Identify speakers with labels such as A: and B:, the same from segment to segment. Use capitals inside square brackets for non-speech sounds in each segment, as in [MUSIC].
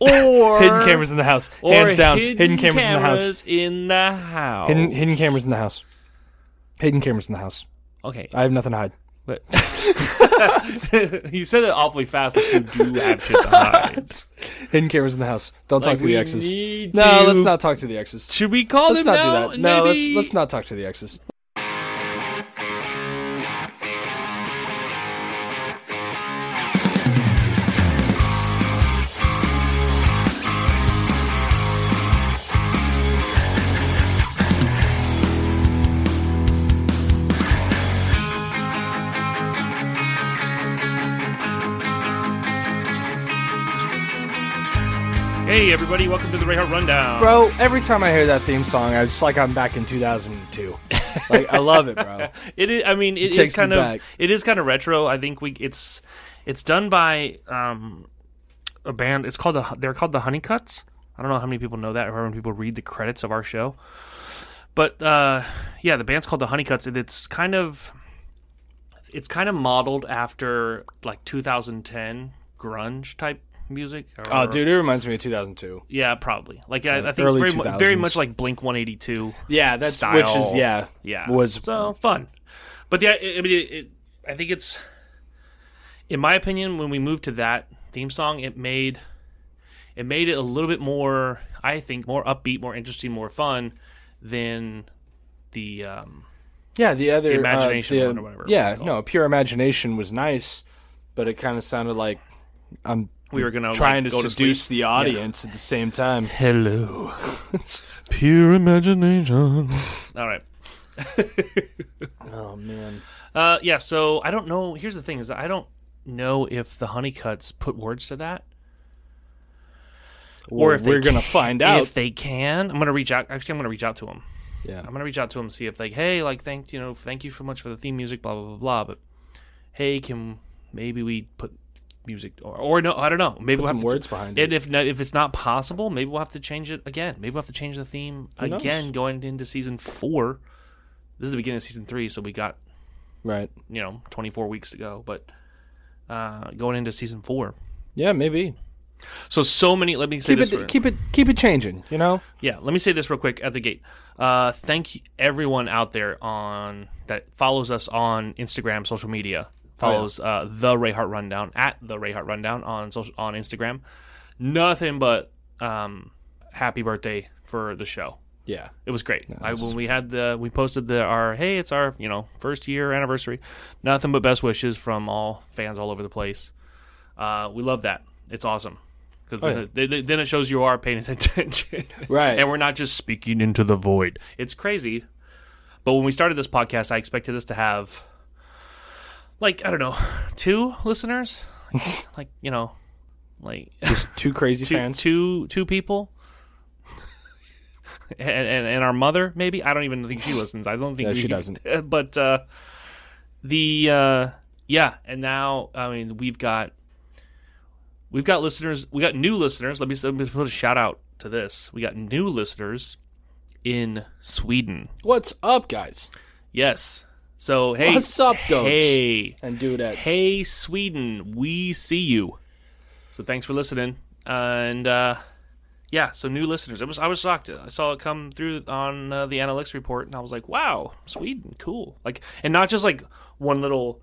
A: or
B: hidden cameras in the house.
A: or
B: Hands down.
A: Hidden,
B: cameras, in the house.
A: cameras in the house.
B: Hidden hidden cameras in the house. Hidden cameras in the house.
A: Okay,
B: I have nothing to hide. [LAUGHS]
A: but you said it awfully fast. Like you do have shit to
B: [LAUGHS]
A: hide.
B: Hidden cameras in the house. Don't
A: Like,
B: talk to
A: we
B: the exes.
A: need
B: No,
A: to-
B: let's not talk to the exes.
A: Should we call
B: Let's
A: them
B: not
A: now?
B: do that. No, let's
A: Maybe-
B: let's not talk to the exes.
A: Hey, everybody! Welcome to the Ray Hart Rundown.
B: Bro, every time I hear that theme song, I just like I'm back in
A: [LAUGHS]
B: 2002. like I love it, bro.
A: It is. I mean, it is
B: takes me
A: kind of.
B: back.
A: It is kind of retro. I think we. It's. It's done by um, a band. It's called the. They're called the Honeycuts. I don't know how many people know that, or how many people read the credits of our show. But uh, yeah, the band's called the Honeycuts, and it's kind of. It's kind of modeled after like 2010 grunge type music. or-
B: Oh, dude, it reminds me of 2002.
A: Yeah, probably. Like I, I think
B: early
A: it's very, mu- very
B: 2000s.
A: much like Blink 182
B: Yeah, that's
A: style.
B: which is yeah,
A: yeah,
B: was
A: so fun. But yeah, I I mean, it, it, I think it's, in my opinion, when we moved to that theme song, it made, it made it a little bit more, I think, more upbeat, more interesting, more fun than the. Um,
B: yeah the other uh,
A: imagination
B: the-
A: one or whatever it
B: Yeah,
A: was called.
B: no, pure imagination was nice, but it kind of sounded like I'm
A: we were gonna
B: trying
A: like, go
B: to seduce
A: To sleep.
B: the audience at the same time. [LAUGHS]
A: Hello, pure imagination. [LAUGHS] All right.
B: Oh man,
A: Uh, yeah. So I don't know. Here's the thing: is that I don't know if the Honeycuts put words to that.
B: or
A: if they
B: we're gonna find out.
A: If they can, I'm gonna reach out. Actually, I'm gonna reach out to them.
B: yeah,
A: I'm gonna reach out to them see if like, hey, like, thank you know, thank you so much for the theme music, blah blah blah blah. But hey, can maybe we put music or, or no? I don't know. Maybe
B: put
A: we'll
B: some
A: have to,
B: words behind it.
A: And if not, if it's not possible, maybe we'll have to change it again. Maybe we'll have to change the theme
B: knows?
A: again going into season four. This is the beginning of season three, so we got
B: Right?
A: you know 24 weeks to go, but uh, going into season four.
B: Yeah, maybe.
A: So so many. Let me say
B: Keep
A: this.
B: it,
A: for-
B: keep it, keep it changing. You know.
A: Yeah, let me say this real quick at the gate. Uh, thank you, everyone out there on that follows us on Instagram, social media, follows uh, the Ray Hart Rundown at the Ray Hart Rundown on social on Instagram. Nothing but um, happy birthday for the show.
B: Yeah.
A: It was great. I, when we had the we posted the our hey, it's our you know first year anniversary. Nothing but best wishes from all fans all over the place. Uh, we love that. It's awesome because
B: Oh,
A: then,
B: yeah.
A: it- then- then it shows you are paying [LAUGHS] attention,
B: Right.
A: and we're not just speaking into the void. It's crazy. But when we started this podcast, I expected us to have like I don't know two listeners, [LAUGHS] like, like you know, like [LAUGHS]
B: Just two crazy
A: two,
B: fans.
A: two two people [LAUGHS] and, and and our mother maybe i don't even think she listens i don't think
B: No,
A: we-
B: she doesn't.
A: [LAUGHS] but uh the uh yeah and now i mean we've got we've got listeners we got new listeners let me, let me put a shout out to this we got new listeners in sweden
B: What's up, guys?
A: yes so hey
B: What's up, dogs?
A: hey
B: And dudettes.
A: Hey Sweden, we see you. So thanks for listening, and uh, yeah, so new listeners. It was I was shocked. I saw it come through on uh, the analytics report, and I was like, wow, Sweden, cool. Like, and not just like one little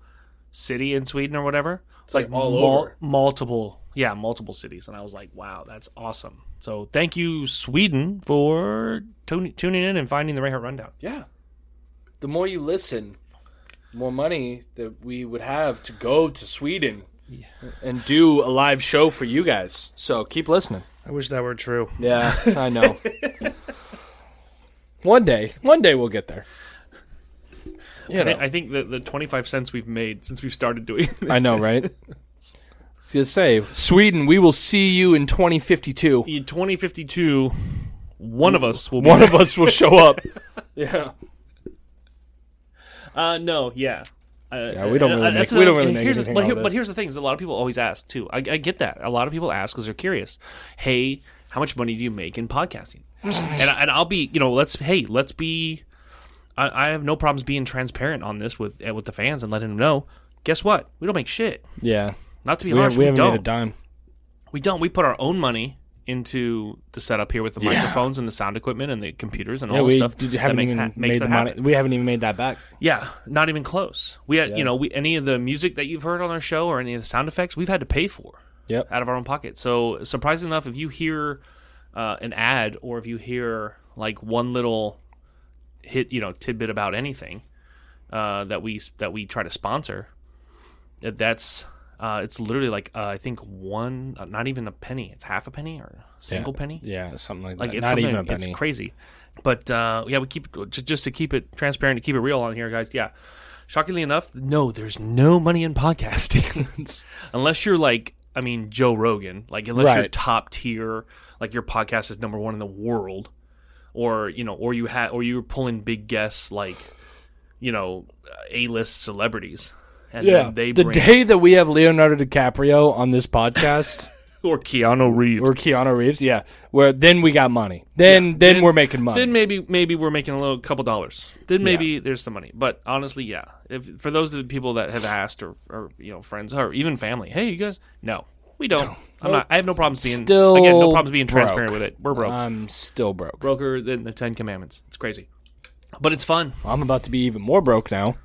A: city in Sweden or whatever. It's
B: like all over.
A: multiple, yeah, multiple cities, and I was like, wow, that's awesome. So thank you, Sweden, for tun- tuning in and finding the Ray Hart Rundown.
B: Yeah. The more you listen, the more money that we would have to go to Sweden and do a live show for you guys. So keep listening.
A: I wish that were true.
B: Yeah, I know. [LAUGHS] one day, one day we'll get there. You know,
A: I think that the twenty five cents we've made since we've started doing this
B: I [LAUGHS] know, right? I was gonna say, Sweden, we will see you in 2052.
A: in 2052, one of us will be.
B: One of us will show up. yeah.
A: [LAUGHS] Uh, no, yeah. Uh,
B: Yeah, we don't really
A: that's
B: make- we don't
A: another-
B: really make
A: here's
B: anything
A: But,
B: out of
A: here-
B: this.
A: but here's the thing: is a lot of people always ask too. I, I get that. A lot of people ask because they're curious. Hey, how much money do you make in podcasting? and I- and I'll be, you know, let's hey, let's be. I, I have no problems being transparent on this with uh, with the fans and letting them know. Guess what? We don't make shit.
B: Yeah.
A: Not to be
B: We,
A: harsh,
B: have,
A: we,
B: we haven't
A: don't.
B: made a dime.
A: We don't. We put our own money into the setup here with the
C: Yeah.
A: microphones and the sound equipment and the computers and
B: Yeah,
A: all the
B: we
A: stuff.
B: did,
A: that
B: haven't
A: makes
B: even
A: ha- makes
B: made
A: that
B: the
A: happen.
B: money. We haven't even made that back.
A: Yeah, not even close. We had,
B: Yeah.
A: you know, we, any of the music that you've heard on our show or any of the sound effects, we've had to pay for
B: Yep.
A: out of our own pocket. So, surprisingly enough, if you hear uh, an ad or if you hear like one little hit, you know, tidbit about anything uh, that we that we try to sponsor, that- that's uh, it's literally like uh, I think one, uh, not even a penny. It's half a penny or a single penny.
B: Yeah, something like,
A: Like
B: that.
A: it's
B: Not
A: something
B: even a penny.
A: It's crazy. But uh, yeah, we keep j- just to keep it transparent, to keep it real on here, guys. Yeah. Shockingly enough, no, there's no money in
B: [LAUGHS]
A: podcasting [LAUGHS] unless you're like, I mean, Joe Rogan. Like unless you're
B: Right.
A: top tier, like your podcast is number one in the world, or you know, or you had, or you're pulling big guests like, you know, A list celebrities, and
B: yeah.
A: then they
B: the
A: bring
B: day that we have Leonardo DiCaprio on this podcast
A: [LAUGHS] or Keanu Reeves.
B: or Keanu Reeves, yeah, where then we got money. Then then,
A: then-
B: we're making money.
A: then maybe maybe we're making a little couple dollars. Then maybe there's some money. But honestly, yeah. If for those of the people that have asked or, or you know friends or even family, hey, you guys, no, we don't. I'm not. I have no problems being
B: Still
A: again. No problems being transparent
B: broke. Uh,
A: with it. We're broke.
B: I'm still broke.
A: Broker than the Ten Commandments. It's crazy, but it's fun.
B: I'm about to be even more broke now.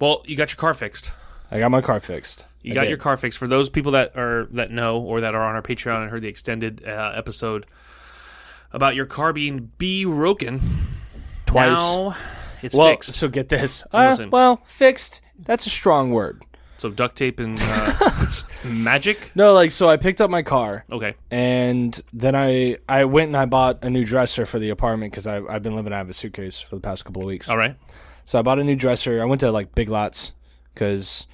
A: Well, you got your car fixed.
B: I got my car fixed.
A: You
B: I
A: got
B: did.
A: your car fixed. For those people that are that know or that are on our Patreon and heard the extended uh, episode about your car being be broken
B: twice.
A: Now it's
B: well,
A: fixed.
B: so
A: [LAUGHS]
B: get this. Uh,
A: Listen.
B: well, fixed. That's a strong word.
A: So duct tape and
B: [LAUGHS]
A: uh, magic.
B: No, like so I picked up my car
A: Okay.
B: and then I I went and I bought a new dresser for the apartment because I I've been living out of a suitcase for the past couple of weeks.
A: All right.
B: So I bought a new dresser. I went to like Big Lots because,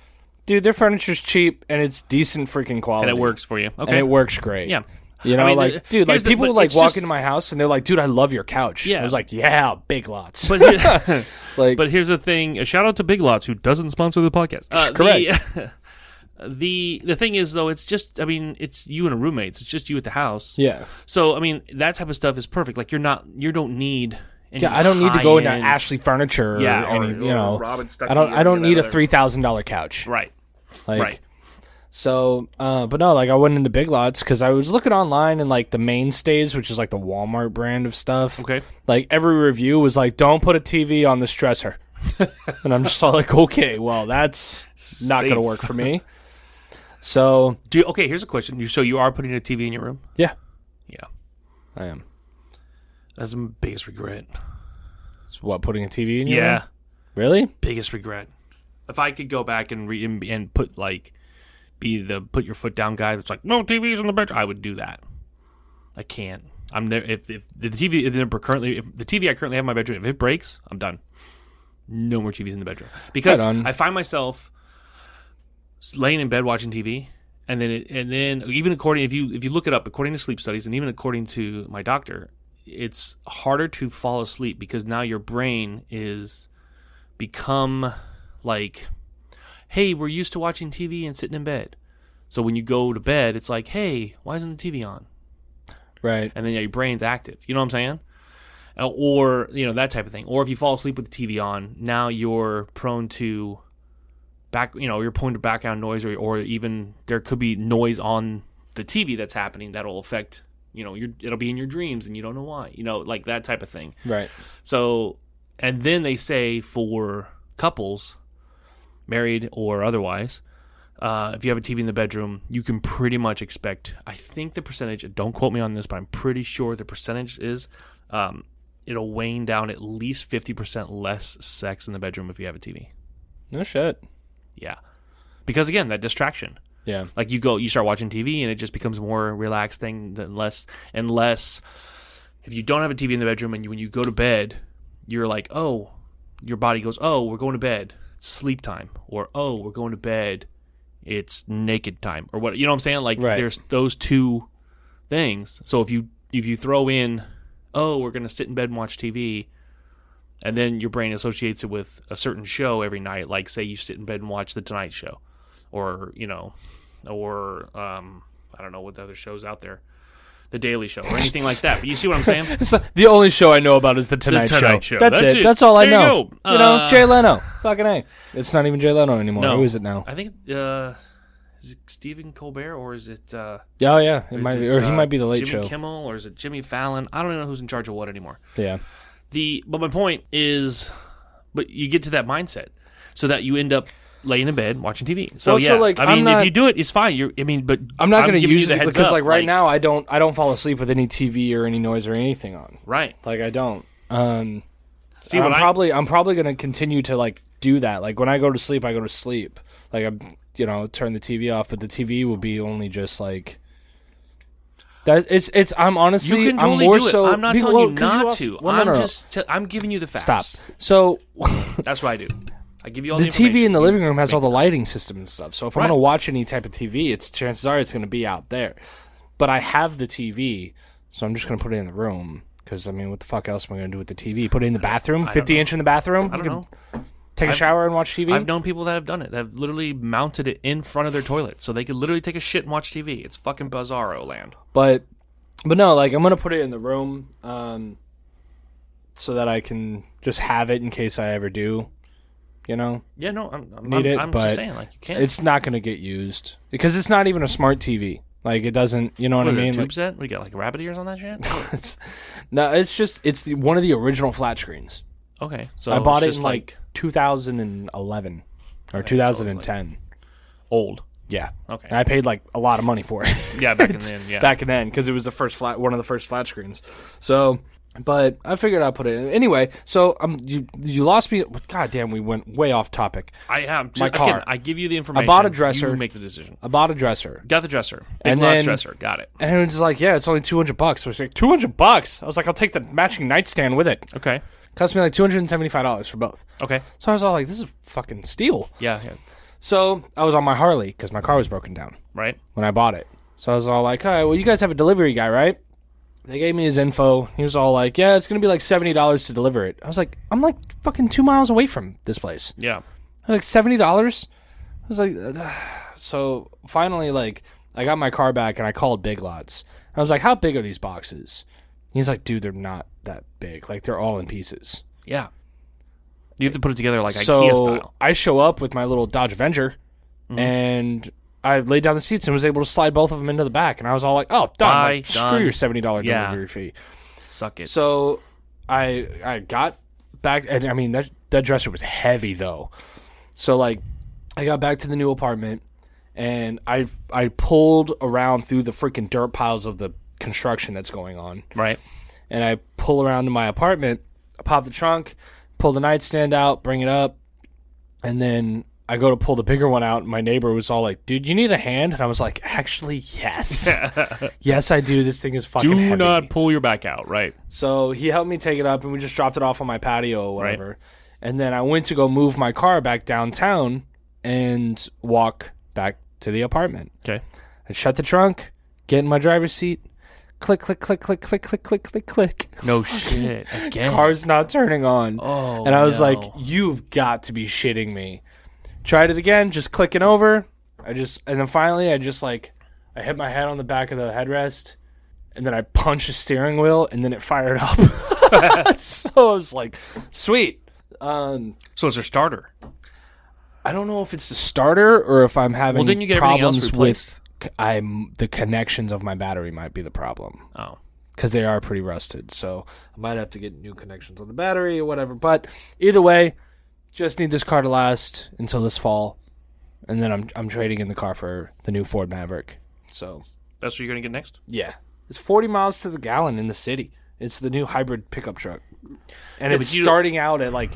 B: dude, their furniture's cheap and it's decent freaking quality.
A: And it works for you.
B: And
A: Okay.
B: it works great. [LAUGHS]
A: Yeah.
B: You know,
A: I mean,
B: like,
A: the-
B: dude, like
A: here's the-
B: people
A: but
B: like
A: it's
B: walk
A: just-
B: into my house and they're like, dude, I love your couch.
A: Yeah.
B: I was like, yeah, Big Lots.
A: But here, [LAUGHS]
B: like,
A: but here's the thing. A shout out to Big Lots who doesn't sponsor the podcast. Uh,
B: Correct.
A: The, [LAUGHS] the the thing is though, it's just I mean, it's you and a roommate. It's just you at the house.
B: yeah,
A: So I mean, that type of stuff is perfect. Like you're not you don't need. Any
B: yeah, I don't need to go into
A: high-end-
B: Ashley Furniture or,
A: Yeah, or-
B: any, you
A: or
B: know,
A: Robin Stuckey
B: I don't,
A: or
B: I don't
A: any of
B: need
A: that
B: a
A: other-
B: three thousand dollar couch.
A: Right.
B: Like,
A: right.
B: So, uh, but no, like I went into Big Lots because I was looking online and like the mainstays, which is like the Walmart brand of stuff.
A: Okay.
B: Like every review was like, "Don't put a TV on
A: [LAUGHS]
B: this dresser," and I'm just all like, "Okay, well that's not
A: Safe.
B: gonna work for me." So
A: Do you, okay. Here's a question. You, so you are putting a TV in your room?
B: yeah,
A: Yeah.
B: I am.
A: That's my biggest regret.
B: It's what putting a TV in? your
A: Yeah.
B: room? really?
A: biggest regret. If I could go back and re- and, and put like be the put your foot down guy that's like no TVs on the bench, I would do that. I can't. I'm never if, if the TV if the currently if the TV I currently have in my bedroom if it breaks, I'm done. No more TVs in the bedroom because
B: Right on.
A: I find myself s- laying in bed watching TV, and then it, and then even according if you if you look it up according to sleep studies and even according to my doctor, it's harder to fall asleep because now your brain is become like, hey, we're used to watching TV and sitting in bed. So when you go to bed, it's like, hey, why isn't the TV on?
B: Right.
A: And then yeah, your brain's active. You know what I'm saying? Uh, Or you know that type of thing. Or if you fall asleep with the TV on, now you're prone to back. You know, you're prone to background noise, or or even there could be noise on the TV that's happening that'll affect. You know, your it'll be in your dreams, and you don't know why. You know, like that type of thing.
B: Right.
A: So, and then they say for couples, married or otherwise, uh, if you have a TV in the bedroom, you can pretty much expect. I think the percentage. Don't quote me on this, but I'm pretty sure the percentage is. Um, it'll wane down at least fifty percent less sex in the bedroom if you have a TV.
B: No shit.
A: Yeah, because again, that distraction
B: Yeah.
A: like you go you start watching tv and it just becomes a more relaxed thing than less and less if you don't have a tv in the bedroom and you, when you go to bed you're like oh your body goes oh we're going to bed it's sleep time or oh we're going to bed it's naked time or what you know what i'm saying like
B: Right.
A: there's those two things so if you if you throw in oh we're going to sit in bed and watch tv and then your brain associates it with a certain show every night like say you sit in bed and watch the tonight show or you know or um, I don't know what the other shows out there, The Daily Show or anything like that. But you see what I'm
B: [LAUGHS]
A: saying?
B: It's, uh, the only show I know about is the Tonight,
A: Tonight Show.
B: That's,
A: That's
B: it.
A: it.
B: That's all I
A: There you
B: know. You,
A: go.
B: know,
A: Uh,
B: Jay Leno. Fucking a. It's not even Jay Leno anymore.
A: No.
B: Who is it now?
A: I think uh, Is it Stephen Colbert or is it? Uh,
B: Oh yeah, it
A: is
B: might be,
A: it,
B: or he
A: uh,
B: might be the late
A: Jimmy
B: show.
A: Kimmel or is it Jimmy Fallon? I don't even know who's in charge of what anymore.
B: yeah,
A: The but my point is, but you get to that mindset so that you end up laying in bed watching TV. So
B: Well,
A: yeah,
B: so, like,
A: I
B: I'm
A: mean,
B: not-
A: if you do it, it's fine. You're I mean, but
B: I'm not going to
A: giving you
B: use
A: the
B: it
A: heads
B: because
A: up,
B: like right now I don't I don't fall asleep with any TV or any noise or anything on.
A: right?
B: Like I don't. Um,
A: See,
B: I'm
A: when I-
B: probably I'm probably going to continue to like do that. Like when I go to sleep, I go to sleep. Like I'm you know turn the TV off, but the TV will be only just like. That it's it's I'm honestly
A: You can totally
B: I'm more
A: do it.
B: so
A: I'm not
B: be-
A: telling
B: well,
A: you
B: 'cause
A: not
B: also-
A: to.
B: well, no,
A: I'm
B: no, no.
A: just t- I'm giving you the facts.
B: stop. So
A: That's what I do. I give you all
B: the
A: the,
B: TV in the
A: information.
B: living room has all the lighting system and stuff. So if I'm
A: Right.
B: going to watch any type of TV, it's chances are it's going to be out there. But I have the TV, so I'm just going to put it in the room. Because I mean, what the fuck else am I going to do with the TV? Put it in the bathroom, fifty inch in the bathroom.
A: I don't know.
B: Take a shower and watch TV.
A: I've known people that have done it. that have literally mounted it in front of their toilet, so they could literally take a shit and watch TV. It's fucking bizarro land.
B: but but no, like I'm going to put it in the room, um, so that I can just have it in case I ever do. You know,
A: Yeah, no, I'm, I'm, I'm,
B: Need it,
A: I'm
B: but
A: just saying, like, you can't.
B: it's not going to get used because it's not even a smart TV. Like it doesn't, you know what
A: what is
B: I
A: it,
B: mean?
A: tube
B: Like-
A: set? We got like rabbit ears on that shit.
B: [LAUGHS] it's no, it's just it's the, one of the original flat screens.
A: Okay, so
B: I
A: Oh, it's
B: bought it
A: just,
B: in like, 2011 or 2010.
A: old.
B: yeah,
A: Okay.
B: And I paid like a lot of money for it
A: [LAUGHS] Yeah, back
B: [LAUGHS]
A: in then. Yeah,
B: back then because it was the first flat, one of the first flat screens. So, but I figured I'd put it in anyway. So um, you you lost me. God damn, we went way off topic.
A: I am.
B: My
A: again,
B: car.
A: I give you the information.
B: bought a dresser.
A: You make the decision.
B: I bought a dresser.
A: Got the dresser. Big
B: And
A: Lots
B: then-
A: dresser. Got it.
B: And it was like, yeah, it's only two hundred bucks. I was like, two hundred bucks. I was like, I'll take the matching nightstand with it.
A: Okay.
B: Cost me like two hundred and seventy five dollars for both.
A: Okay.
B: So I was all like, this is fucking steal.
A: Yeah. yeah.
B: So I was on my Harley because my car was broken down
A: Right.
B: when I bought it. So I was all like, all right, well, you guys have a delivery guy, right? They gave me his info. He was all like, yeah, it's going to be like $70 to deliver it. I was like, I'm like fucking two miles away from this place.
A: Yeah.
B: I was like, $70? I was like, "Ugh." so finally, like, I got my car back and I called Big Lots. I was like, how big are these boxes? He's like, dude, they're not that big. Like, they're all in pieces.
A: Yeah. You have to put it together like IKEA
B: So
A: style. Mm-hmm.
B: I show up with my little Dodge Avenger, and I laid down the seats and was able to slide both of them into the back. And I was all like, "Oh, done!
A: Bye,
B: Like, screw
A: done.
B: your seventy dollar
A: Yeah.
B: delivery fee."
A: Suck it.
B: So I I got back, and I mean that that dresser was heavy though. So like, I got back to the new apartment, and I I pulled around through the freaking dirt piles of the construction that's going on
A: right.
B: and I pull around to my apartment, I pop the trunk, pull the nightstand out, bring it up, and then I go to pull the bigger one out, and my neighbor was all like, "Dude, you need a hand," and I was like, "Actually,
A: [LAUGHS]
B: yes, yes, I do. This thing is fucking
A: Do
B: heavy."
A: not pull your back out. Right.
B: So he helped me take it up, and we just dropped it off on my patio or whatever. And then I went to go move my car back downtown and walk back to the apartment.
A: Okay.
B: I shut the trunk, get in my driver's seat, click, click, click, click, click, click, click, click, click [LAUGHS]
A: No shit. Again.
B: car's not turning on.
A: Oh,
B: and I was like,
A: no.
B: you've got to be shitting me. Tried it again, just clicking over. I just and then finally I just like I hit my head on the back of the headrest and then I punched the steering wheel and then it fired up. [LAUGHS] so I was like, sweet. Um
A: so it's your starter.
B: I don't know if it's the starter or if I'm having
A: didn't you get everything else
B: problems with I'm the connections of my battery might be the problem
A: Oh.
B: because they are pretty rusted. So I might have to get new connections on the battery or whatever. But either way, just need this car to last until this fall, and then I'm I'm trading in the car for the new Ford Maverick. So
A: That's what you're gonna get next.
B: yeah, it's 40 miles to the gallon in the city. It's the new hybrid pickup truck, and
A: Yeah,
B: it's
A: but you-
B: starting out at like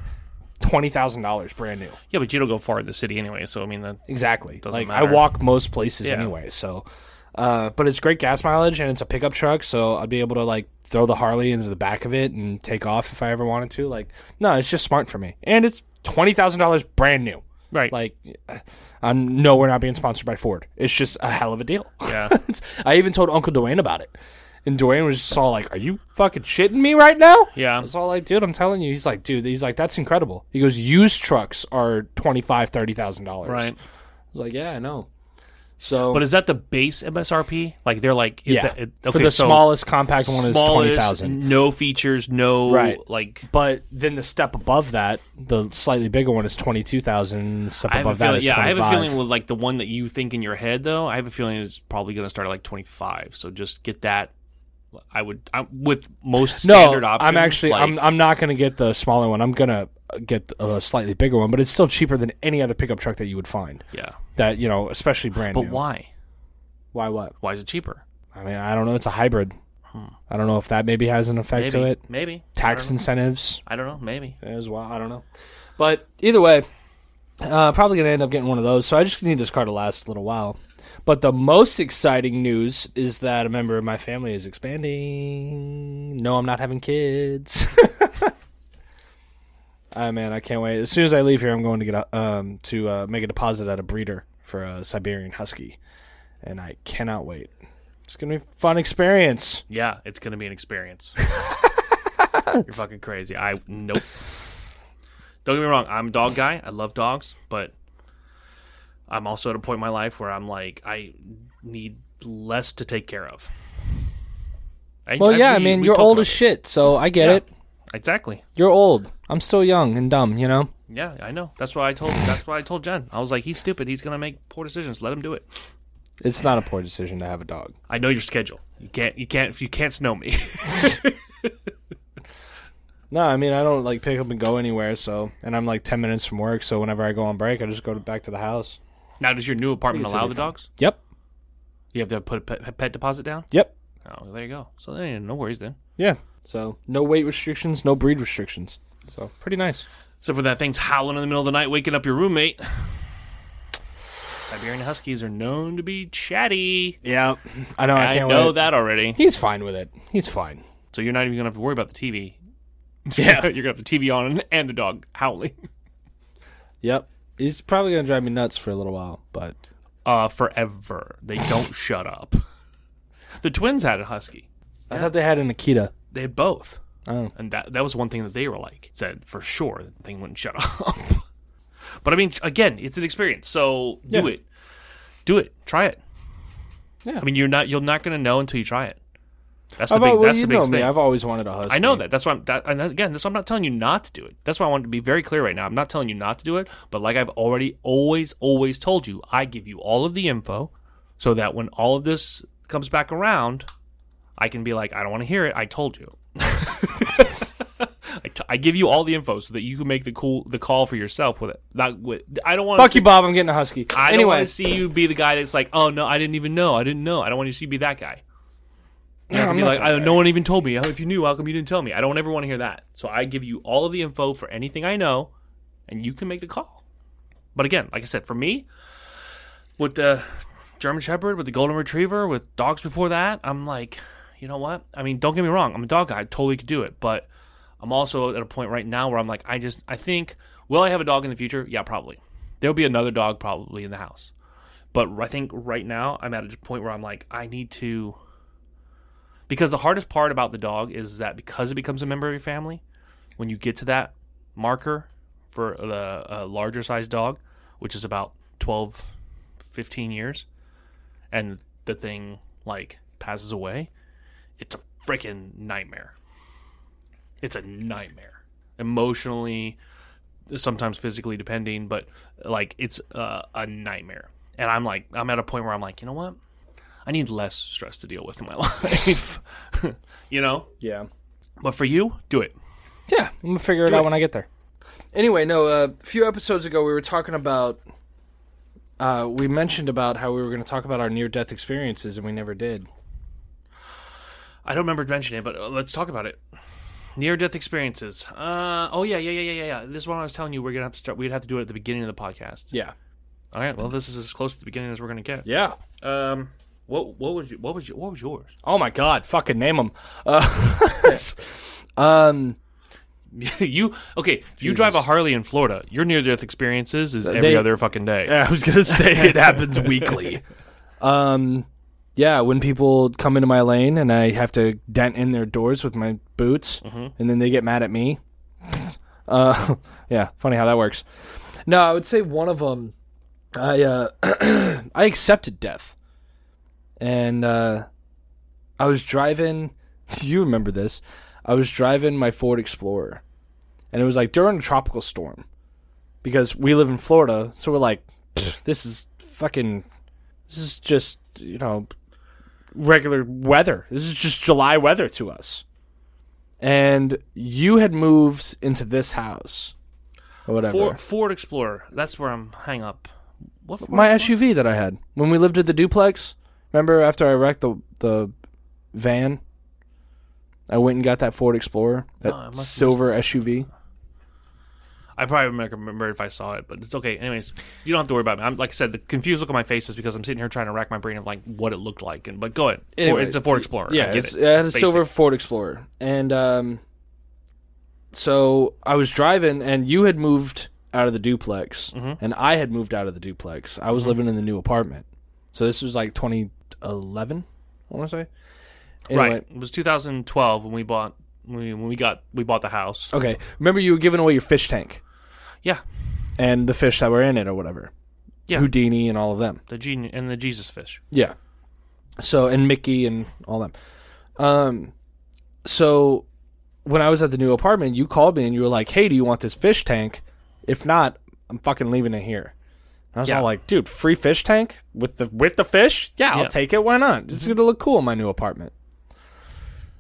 B: twenty thousand dollars brand new.
A: Yeah, but you don't go far in the city anyway. So I mean, that,
B: Exactly. like I
A: matter.
B: walk most places
A: Yeah.
B: anyway, so. Uh, but it's great gas mileage and it's a pickup truck, so I'd be able to like throw the Harley into the back of it and take off if I ever wanted to. Like, no, it's just smart for me, and it's twenty thousand dollars brand new.
A: right?
B: Like, uh, I'm no, we're not being sponsored by Ford. It's just a hell of a deal.
A: yeah,
B: [LAUGHS] It's- I even told Uncle Dwayne about it, and Dwayne was just all like, "Are you fucking shitting me right now?" I [LAUGHS]
A: yeah.
B: was all like, "Dude, I'm telling you." He's like, "Dude," he's like, "That's incredible." He goes, "Used trucks are twenty five, thirty thousand dollars."
A: Right.
B: I was like, yeah, I know. So
A: But is that the base MSRP? Like they're like is
B: yeah,
A: that- it- okay,
B: for the
A: so
B: smallest compact one is
A: smallest,
B: twenty thousand.
A: No features, no
B: Right.
A: like
B: But then the step above that, the slightly bigger one is twenty two thousand. Step
A: I have a
B: above that
A: feeling,
B: is
A: yeah, I have a
B: 25.
A: feeling with like the one that you think in your head though. I have a feeling it's probably going to start at like 25. So just get that. I would I, with most standard
B: no,
A: options.
B: I'm actually
A: like-
B: I'm I'm not gonna get the smaller one. I'm gonna get a slightly bigger one, but it's still cheaper than any other pickup truck that you would find.
A: yeah.
B: That you know, especially brand
A: But
B: new.
A: why?
B: Why what?
A: Why is it cheaper?
B: I mean, I don't know. It's a hybrid. I don't know if that maybe has an effect
A: Hmm. Maybe.
B: to it.
A: Maybe
B: Tax incentives
A: I don't know. Maybe.
B: as well. I don't know. But either way, uh, probably going to end up getting one of those. So I just need this car to last a little while. But the most exciting news is that a member of my family is expanding. No, I'm not having kids. [LAUGHS] Ah man, I can't wait. As soon as I leave here, I'm going to get a, um, to uh, make a deposit at a breeder for a Siberian Husky, and I cannot wait. It's gonna be a fun experience.
A: Yeah, it's going to be an
B: [LAUGHS]
A: experience. You're fucking crazy. I nope. Don't get me wrong. I'm a dog guy. I love dogs, but I'm also at a point in my life where I'm like, I need less to take care of. I-
B: Well, yeah, I
A: we-
B: mean,
A: we
B: you're
A: talk
B: old
A: about
B: as
A: this.
B: shit, so I get
A: Yeah.
B: it.
A: Exactly.
B: You're old. I'm still young and dumb, you know?
A: Yeah, I know. That's why I told. That's why I told Jen. I was like, he's stupid. He's gonna make poor decisions. Let him do it.
B: It's not a poor decision to have a dog.
A: I know your schedule. You can't. You can't. You can't snow me. [LAUGHS]
B: No, I mean, I don't like pick up and go anywhere, so. And I'm like 10 minutes from work, so whenever I go on break, I just go to, back to the house.
A: now, does your new apartment
B: It's
A: allow the
B: gonna be fun.
A: dogs?
B: Yep.
A: You have to put a pet, a pet deposit down.
B: Yep.
A: Oh, well, there you go. So there ain't no worries then.
B: Yeah. So, no weight restrictions, no breed restrictions. So, pretty nice.
A: Except for that thing's howling in the middle of the night, waking up your roommate. [SIGHS] Siberian Huskies are known to be chatty.
B: Yeah. I know, I
A: I,
B: can't
A: know
B: wait.
A: that already.
B: He's fine with it. He's fine.
A: So you're not even gonna have to worry about the [LAUGHS] TV. Yeah, you're gonna have the TV on and the dog howling. [LAUGHS]
B: Yep. He's probably going to drive me nuts for a little while, but.
A: uh, forever. They don't [LAUGHS] shut up. The twins had a husky.
B: I thought they had an Akita.
A: They had both,
B: Oh.
A: and that that was one thing that they were like said for sure. The thing wouldn't shut [LAUGHS] up. but I mean, again, it's an experience. So do
B: Yeah.
A: it, do it, try it.
B: Yeah.
A: I mean, you're not you're not gonna know until you try it. That's
B: How
A: the
B: about,
A: big.
B: well,
A: that's
B: you
A: the biggest
B: know me.
A: thing.
B: I've always wanted a husky.
A: I know that. That's why I'm. That, and again, that's why I'm not telling you not to do it. That's why I want to be very clear right now. I'm not telling you not to do it, but like I've already always always told you, I give you all of the info, so that when all of this comes back around, I can be like, I don't want to hear it. I told you. [LAUGHS] I, t- I give you all the info so that you can make the cool the call for yourself with it. Not with. I don't want.
B: Fuck
A: see,
B: you, Bob. I'm getting a husky.
A: I don't
B: anyway,
A: want to see you be the guy that's like, oh no, I didn't even know. I didn't know. I don't want you to see you be that guy. You have to
B: I'm
A: be
B: not
A: like,
B: that
A: I, no one even told me. If you knew, how come you didn't tell me? I don't ever want to hear that. So I give you all of the info for anything I know, and you can make the call. But again, like I said, for me, with the German Shepherd, with the Golden Retriever, with dogs before that, I'm like, you know what? I mean, don't get me wrong. I'm a dog guy. I totally could do it. But I'm also at a point right now where I'm like, I just, I think, will I have a dog in the future? Yeah, probably. There'll be another dog probably in the house. But I think right now I'm at a point where I'm like, I need to. Because the hardest part about the dog is that because it becomes a member of your family, when you get to that marker for the uh, larger size dog, which is about 12, 15 years, and the thing like passes away, it's a freaking nightmare. It's a nightmare. Emotionally, sometimes physically depending, but like it's uh, a nightmare. And I'm like, I'm at a point where I'm like, you know what? I need less stress to deal with in my [LAUGHS] life. you know?
B: yeah.
A: But for you, do it.
B: Yeah, I'm gonna figure it out when I get there. Anyway, no, uh, a few episodes ago we were talking about. Uh, we mentioned about how we were going to talk about our near-death experiences, and we never did.
A: I don't remember mentioning it, but uh, let's talk about it. Near death experiences. Uh, oh yeah, yeah, yeah, yeah, yeah, yeah. This one I was telling you we're gonna have to start. We'd have to do it at the beginning of the podcast.
B: Yeah,
A: All right. Well, this is as close to the beginning as we're gonna get.
B: yeah.
A: Um, what what was you, what was you, what was
B: [LAUGHS]
A: yours? [LAUGHS]
B: Oh my God, fucking name them. Uh, [LAUGHS] um,
A: you okay? You drive a Harley in Florida. Your near death experiences is every
B: Uh, they-
A: other fucking
B: [LAUGHS]
A: day.
B: I was gonna say
A: it happens weekly.
B: Um, yeah, when people come into my lane and I have to dent in their doors with my boots, and then they get mad at me. [LAUGHS] Uh, yeah, funny how that works. No, I would say one of them I uh, [CLEARS THROAT] I accepted death, and uh, I was driving. [LAUGHS] You remember this? I was driving my Ford Explorer, and it was like during a tropical storm, because we live in Florida, so we're like, "Pfft, this is fucking, this is just you know, regular weather. This is just July weather to us. And you had moved into this house, or
A: [LAUGHS]
B: whatever.
A: Ford, Ford Explorer. That's where I'm hang up. What Ford
B: my
A: Explorer?
B: SUV that I had when we lived at the duplex. Remember after I wrecked the the van, I went and got that Ford Explorer, that
A: Oh, I must- must-
B: silver SUV.
A: I probably wouldn't remember if I saw it, but it's okay. Anyways, you don't have to worry about me. I'm like I said, the confused look on my face is because I'm sitting here trying to rack my brain of like what it looked like. And but go ahead. Ford-
B: Anyway,
A: it's a Ford Explorer. I
B: Yeah,
A: get
B: it's,
A: it.
B: it had a
A: Basic.
B: silver Ford Explorer, and um, so I was driving, and you had moved out of the duplex,
A: Mm-hmm.
B: and I had moved out of the duplex. I was living in the new apartment, so this was like 2011, I want to say. Anyway,
A: right. It was 2012 when we bought when we, when we got we bought the house.
B: Okay, remember you were giving away your fish tank
A: Yeah,
B: and the fish that were in it, or whatever.
A: Yeah.
B: Houdini and all of them.
A: the genie and the Jesus fish.
B: Yeah. So and Mickey and all them. Um so when I was at the new apartment, you called me and you were like, "Hey, do you want this fish tank? If not, I'm fucking leaving it here." And I was
A: Yeah.
B: all like, "Dude, free fish tank with the with the fish? Yeah, I'll
A: Yeah.
B: take it. Why not? It's going to look cool in my new apartment."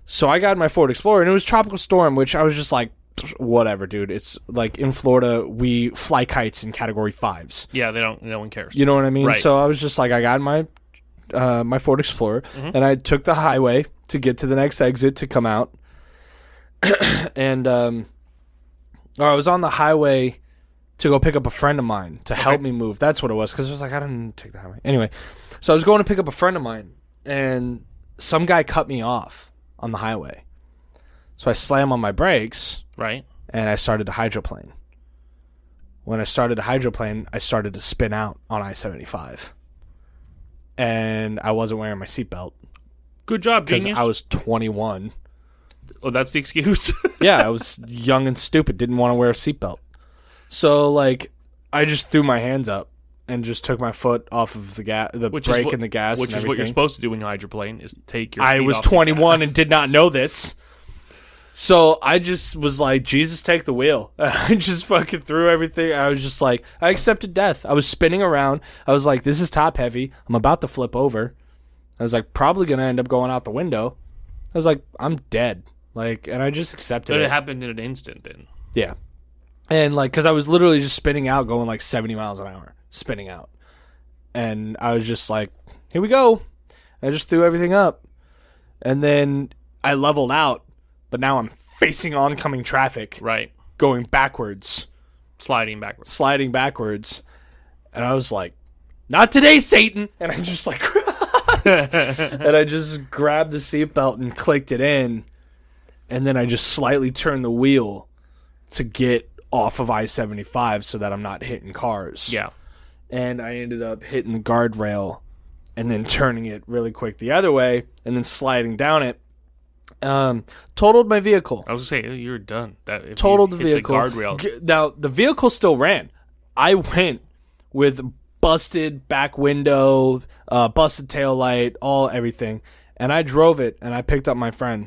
B: So I got in my Ford Explorer and it was tropical storm, which I was just like, "Whatever, dude. It's like in Florida, we fly kites in category 5s."
A: Yeah, they don't. No one cares.
B: You know what I mean?
A: Right.
B: So I was just like, I got in my uh, my Ford Explorer, and I took the highway to get to the next exit to come out. [CLEARS THROAT] and um, or I was on the highway to go pick up a friend of mine to help me move. That's what it was because I was like, I didn't take the highway anyway. So I was going to pick up a friend of mine, and some guy cut me off on the highway. So I slam on my brakes
A: right?
B: and I started to hydroplane. When I started to hydroplane, I started to spin out on I 75. And I wasn't wearing my seatbelt
A: Good job,
B: because
A: genius.
B: I was 21.
A: oh, that's the excuse. [LAUGHS]
B: Yeah, I was [LAUGHS] young and stupid, didn't want to wear a seatbelt. So, like, I just threw my hands up and just took my foot off of the, ga- the
A: Which is
B: brake
A: what-
B: and the gas.
A: which
B: and
A: is what you're
B: everything.
A: supposed to do when you hydroplane is take your.
B: I
A: feet
B: was
A: off the
B: 21 and did not know
A: [LAUGHS]
B: this. So I just was like, Jesus, take the wheel. [LAUGHS] I just fucking threw everything. I was just like, I accepted death. I was spinning around. I was like, this is top heavy. I'm about to flip over. I was like, probably going to end up going out the window. I was like, I'm dead. Like, and I just accepted
A: But
B: it.
A: it happened in an instant. Then
B: Yeah. And like, cause I was literally just spinning out, going like 70 miles an hour, spinning out. And I was just like, here we go. I just threw everything up. And then I leveled out, but now I'm facing oncoming traffic,
A: right,
B: going backwards,
A: sliding backwards.
B: sliding backwards. And I was like, not today, Satan. And I just like, [LAUGHS] and I just grabbed the seatbelt and clicked it in, and then I just slightly turned the wheel to get off of I seventy five so that I'm not hitting cars.
A: Yeah,
B: And I ended up hitting the guardrail and then turning it really quick the other way and then sliding down it. Um totaled my vehicle.
A: I was gonna say you're done. That if you
B: Totaled the
A: hit
B: vehicle.
A: The guardrail.
B: G- now the vehicle still ran. I went with busted back window, uh, busted tail light, all everything, and I drove it and I picked up my friend,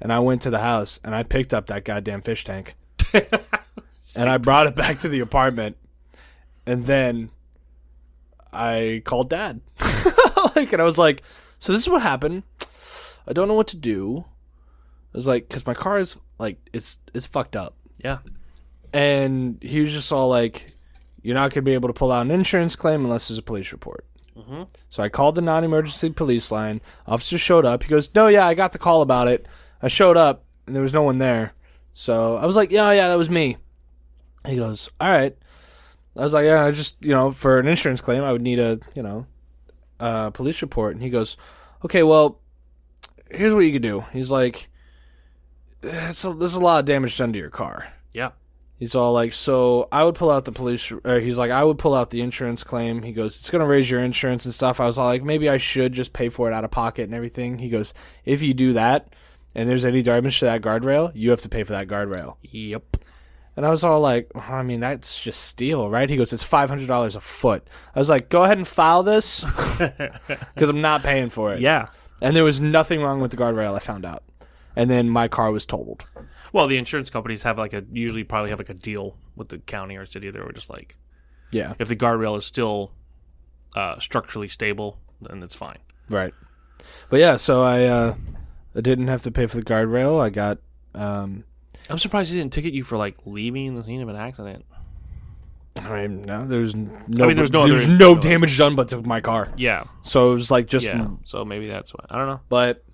B: and I went to the house and I picked up that goddamn fish tank, and I brought it back to the apartment, and then I called dad, [LAUGHS] like, and I was like, so this is what happened. I don't know what to do. I was like, because my car is like it's it's fucked up
A: yeah,
B: and he was just all like, "You're not going to be able to pull out an insurance claim unless there's a police report." So I called the non-emergency police line. Officer showed up. He goes, "No, yeah, I got the call about it. I showed up and there was no one there." So I was like, "Yeah, yeah, that was me." He goes, "All right." I was like, "Yeah, I just you know for an insurance claim, I would need a you know uh, police report." And he goes, "Okay, well." Here's what you could do. He's like, "That's a, there's a lot of damage done to your car.
A: yeah.
B: He's all like, so I would pull out the police. Or he's like, I would pull out the insurance claim. He goes, it's gonna raise your insurance and stuff. I was all like, maybe I should just pay for it out of pocket and everything. He goes,
A: [LAUGHS]
B: if you do that, and there's any damage to that guardrail, you have to pay for that guardrail.
A: Yep.
B: And And I was all like, "Oh, I mean, that's just steal, right? He goes, it's five hundred dollars a foot. I was like, go ahead and file this because I'm not paying for
A: [LAUGHS]
B: it.
A: Yeah.
B: And there was nothing wrong with the guardrail. I found out. And then my car was totaled.
A: Well, the insurance companies have like a usually probably have like a deal with the county or city. They were just like,
B: Yeah.
A: if the guardrail is still uh, structurally stable, then it's fine.
B: Right. But yeah, so I uh, I didn't have to pay for the guardrail. I got um,
A: I'm surprised they didn't ticket you for like leaving the scene of an accident.
B: I mean, no, there's no,
A: I mean, there's no
B: there's
A: other-
B: no damage done but to my car.
A: Yeah,
B: So it was like just,
A: yeah. So maybe that's why. I don't know.
B: but,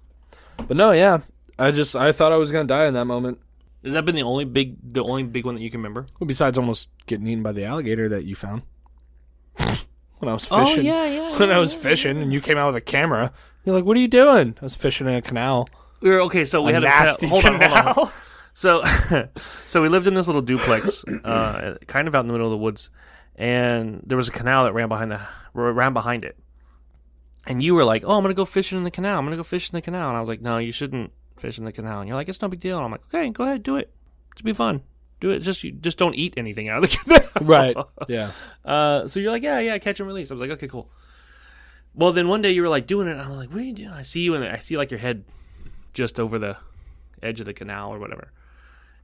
B: but no, yeah. I just I thought I was gonna die in that moment.
A: Has that been the only big, the only big one that you can remember?
B: Well, besides almost getting eaten by the alligator that you found [LAUGHS] when I was
A: Oh, [LAUGHS]
B: fishing.
A: yeah.
B: Oh, [LAUGHS] When I was fishing and you came out with a camera, you're like, "What are you doing?" I was fishing in a canal.
A: We were okay. So we
B: a
A: had
B: nasty
A: a hold on,
B: canal. [LAUGHS]
A: hold on. So, [LAUGHS] so we lived in this little duplex, uh, kind of out in the middle of the woods, and there was a canal that ran behind the ran behind it. And you were like, "Oh, I'm gonna go fishing in the canal. I'm gonna go fish in the canal." And I was like, "No, you shouldn't fish in the canal." And you're like, "It's no big deal." And I'm like, "Okay, go ahead, do it. It's be fun. Do it. Just you, just don't eat anything out of the [LAUGHS] canal."
B: [LAUGHS] right. Yeah.
A: Uh, so you're like, yeah, yeah, catch and release. I was like, okay, cool. Well, then one day you were like doing it, and I was like, what are you doing? I see you, and I see like your head just over the edge of the canal or whatever,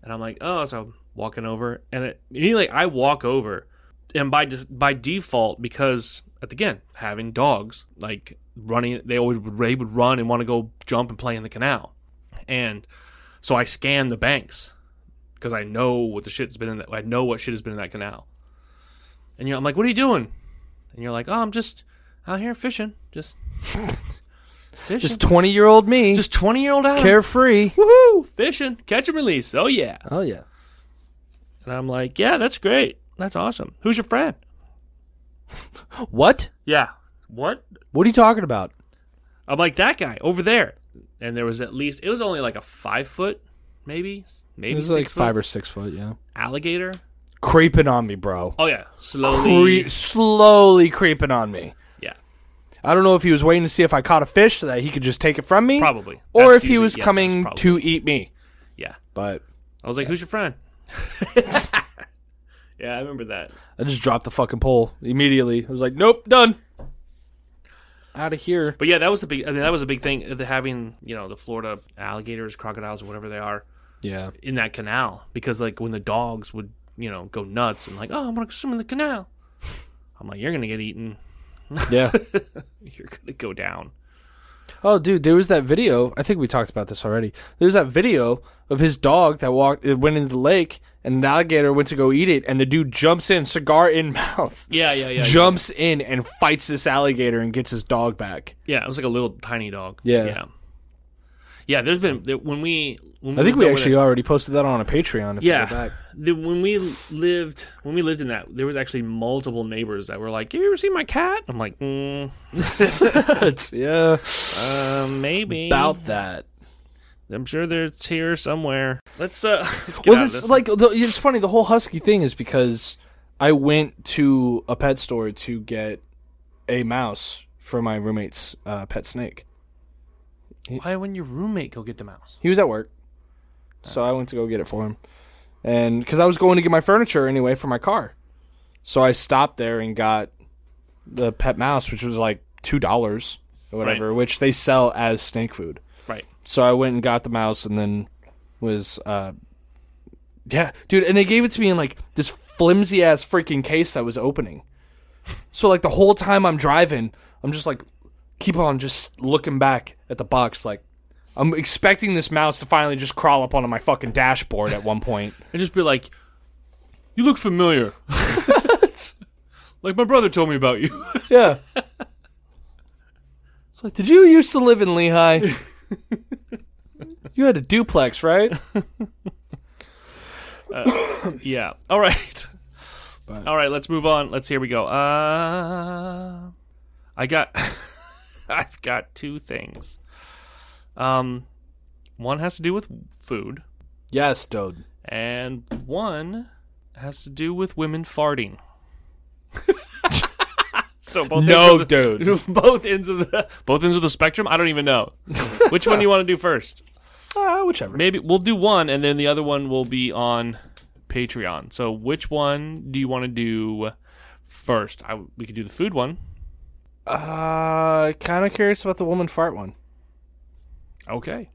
A: and I'm like, oh, so I'm walking over, and it, immediately I walk over, and by de- by default, because again having dogs, like running, they always would, they would run and want to go jump and play in the canal, and so I scan the banks because I know what the shit's been in that. I know what shit has been in that canal. And you know, I'm like, what are you doing? And you're like, oh, I'm just out here fishing, just fishing,
B: Just
A: just
B: twenty year old me, just
A: 20 year old Adam,
B: carefree.
A: woohoo, fishing, catch and release. Oh yeah.
B: Oh yeah.
A: And I'm like, yeah, that's great, that's awesome. Who's your friend?
B: What?
A: Yeah. What?
B: What are you talking about?
A: I'm like that guy over there. And there was at least it was only like a five foot, maybe, maybe
B: It was
A: six
B: like
A: foot
B: five or six foot. Yeah.
A: alligator.
B: Creeping on me, bro.
A: Oh yeah, slowly.
B: Cre- slowly creeping on me.
A: Yeah,
B: I don't know if he was waiting to see if I caught a fish so that he could just take it from me,
A: probably.
B: or
A: That's
B: if he
A: usually-
B: was
A: yeah,
B: coming
A: that's probably-
B: to eat me.
A: Yeah,
B: But
A: I was like, who's your
B: [LAUGHS]
A: friend? yeah, I remember that.
B: I just dropped the fucking pole immediately. I was like, "Nope, done, out of here."
A: But yeah, that was the big. I mean, that was a big thing. uh, The having you know the Florida alligators, crocodiles, or whatever they are
B: Yeah,
A: in that canal, because like when the dogs would you know go nuts and like, oh, I'm gonna swim in the canal. I'm like, you're gonna get eaten. [LAUGHS]
B: yeah. [LAUGHS]
A: You're gonna go down.
B: oh, dude, there was that video. I think we talked about this already. There was that video of his dog that walked, it went into the lake, and an alligator went to go eat it, and the dude jumps in, cigar in [LAUGHS] mouth,
A: Yeah, yeah, yeah.
B: jumps in and fights this alligator and gets his dog back.
A: Yeah, it was like a little tiny dog.
B: Yeah.
A: yeah. Yeah, there's been there, when we. When
B: I think
A: lived
B: we
A: over
B: actually
A: there-
B: already posted that on a Patreon. If you
A: Yeah,
B: go
A: [LAUGHS]
B: back. [LAUGHS]
A: the, when we lived when we lived in that, there was actually multiple neighbors that were like, "Have you ever seen my cat?" I'm like, mm,
B: yeah,
A: uh, "Maybe
B: about that.
A: I'm sure they're it's here somewhere. Let's uh, [LAUGHS] let's get
B: Well,
A: out of
B: this,
A: this.
B: like the, it's funny. The whole husky thing is because I went to a pet store to get a mouse for my roommate's uh, pet snake.
A: Why wouldn't your roommate go get the mouse?
B: He was at work, so I went to go get it for him, and because I was going to get my furniture anyway for my car, so I stopped there and got the pet mouse, which was like two dollars or whatever, which they sell as snake food.
A: Right.
B: So I went and got the mouse, and then was uh, yeah, dude. And they gave it to me in like this flimsy ass freaking case that was opening. So like the whole time I'm driving, I'm just like keep on just looking back at the box, like I'm expecting this mouse to finally just crawl up onto my fucking dashboard at one point.
A: And just be like, "You look familiar." like my brother told me about you.
B: [LAUGHS] yeah. It's like, did you used to live in Lehigh? [LAUGHS] you had a duplex, right?
A: yeah. [LAUGHS] All right.
B: But-
A: All right. Let's move on. Let's. Here we go. Uh, I got. [LAUGHS] I've got two things. Um, one has to do with food,
B: Yes, dude.
A: and one has to do with women
B: [LAUGHS]
A: farting. [LAUGHS] so both
B: No,
A: ends of the,
B: dude.
A: [LAUGHS] both ends of the both ends of the spectrum. I don't even know which one do you want to do first.
B: Uh, whichever.
A: Maybe we'll do one, and then the other one will be on Patreon. So which one do you want to do first? I w we could do the food one.
B: Uh, kind of curious about the woman fart one
A: Okay.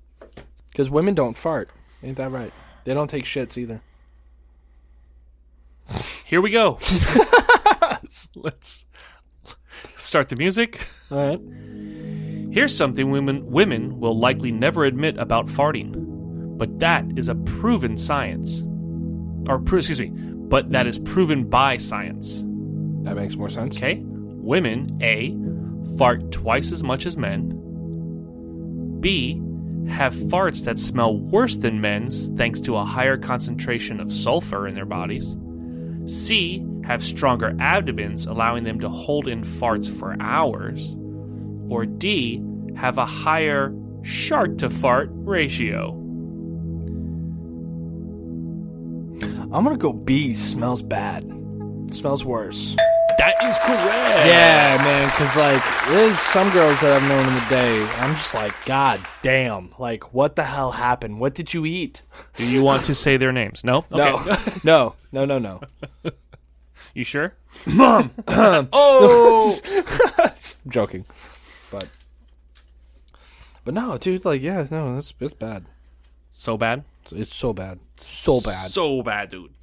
B: because women don't fart. Ain't that right? They don't take shits either.
A: Here we go. [LAUGHS] Let's start the music.
B: All right.
A: Here's something women women will likely never admit about farting, but that is a proven science, or pro- excuse me, but that is proven by science.
B: That makes more sense.
A: Okay, women a fart twice as much as men. B have farts that smell worse than men's thanks to a higher concentration of sulfur in their bodies. C have stronger abdomens allowing them to hold in farts for hours. Or D have a higher shart to fart ratio.
B: I'm gonna go B. Smells bad. Smells worse.
A: That is correct.
B: Yeah, man. Cause like, there's some girls that I've known in the day. I'm just like, God damn. Like, what the hell happened? What did you eat?
A: Do you want to say their names? No. [LAUGHS] Okay.
B: No. [LAUGHS] no. No. No.
A: [LAUGHS]
B: No.
A: You sure?
B: [LAUGHS] Oh, [LAUGHS] I'm joking, but but no, dude. Like, yeah, no, that's it's bad.
A: So bad.
B: It's, it's so bad, so bad.
A: So bad, dude.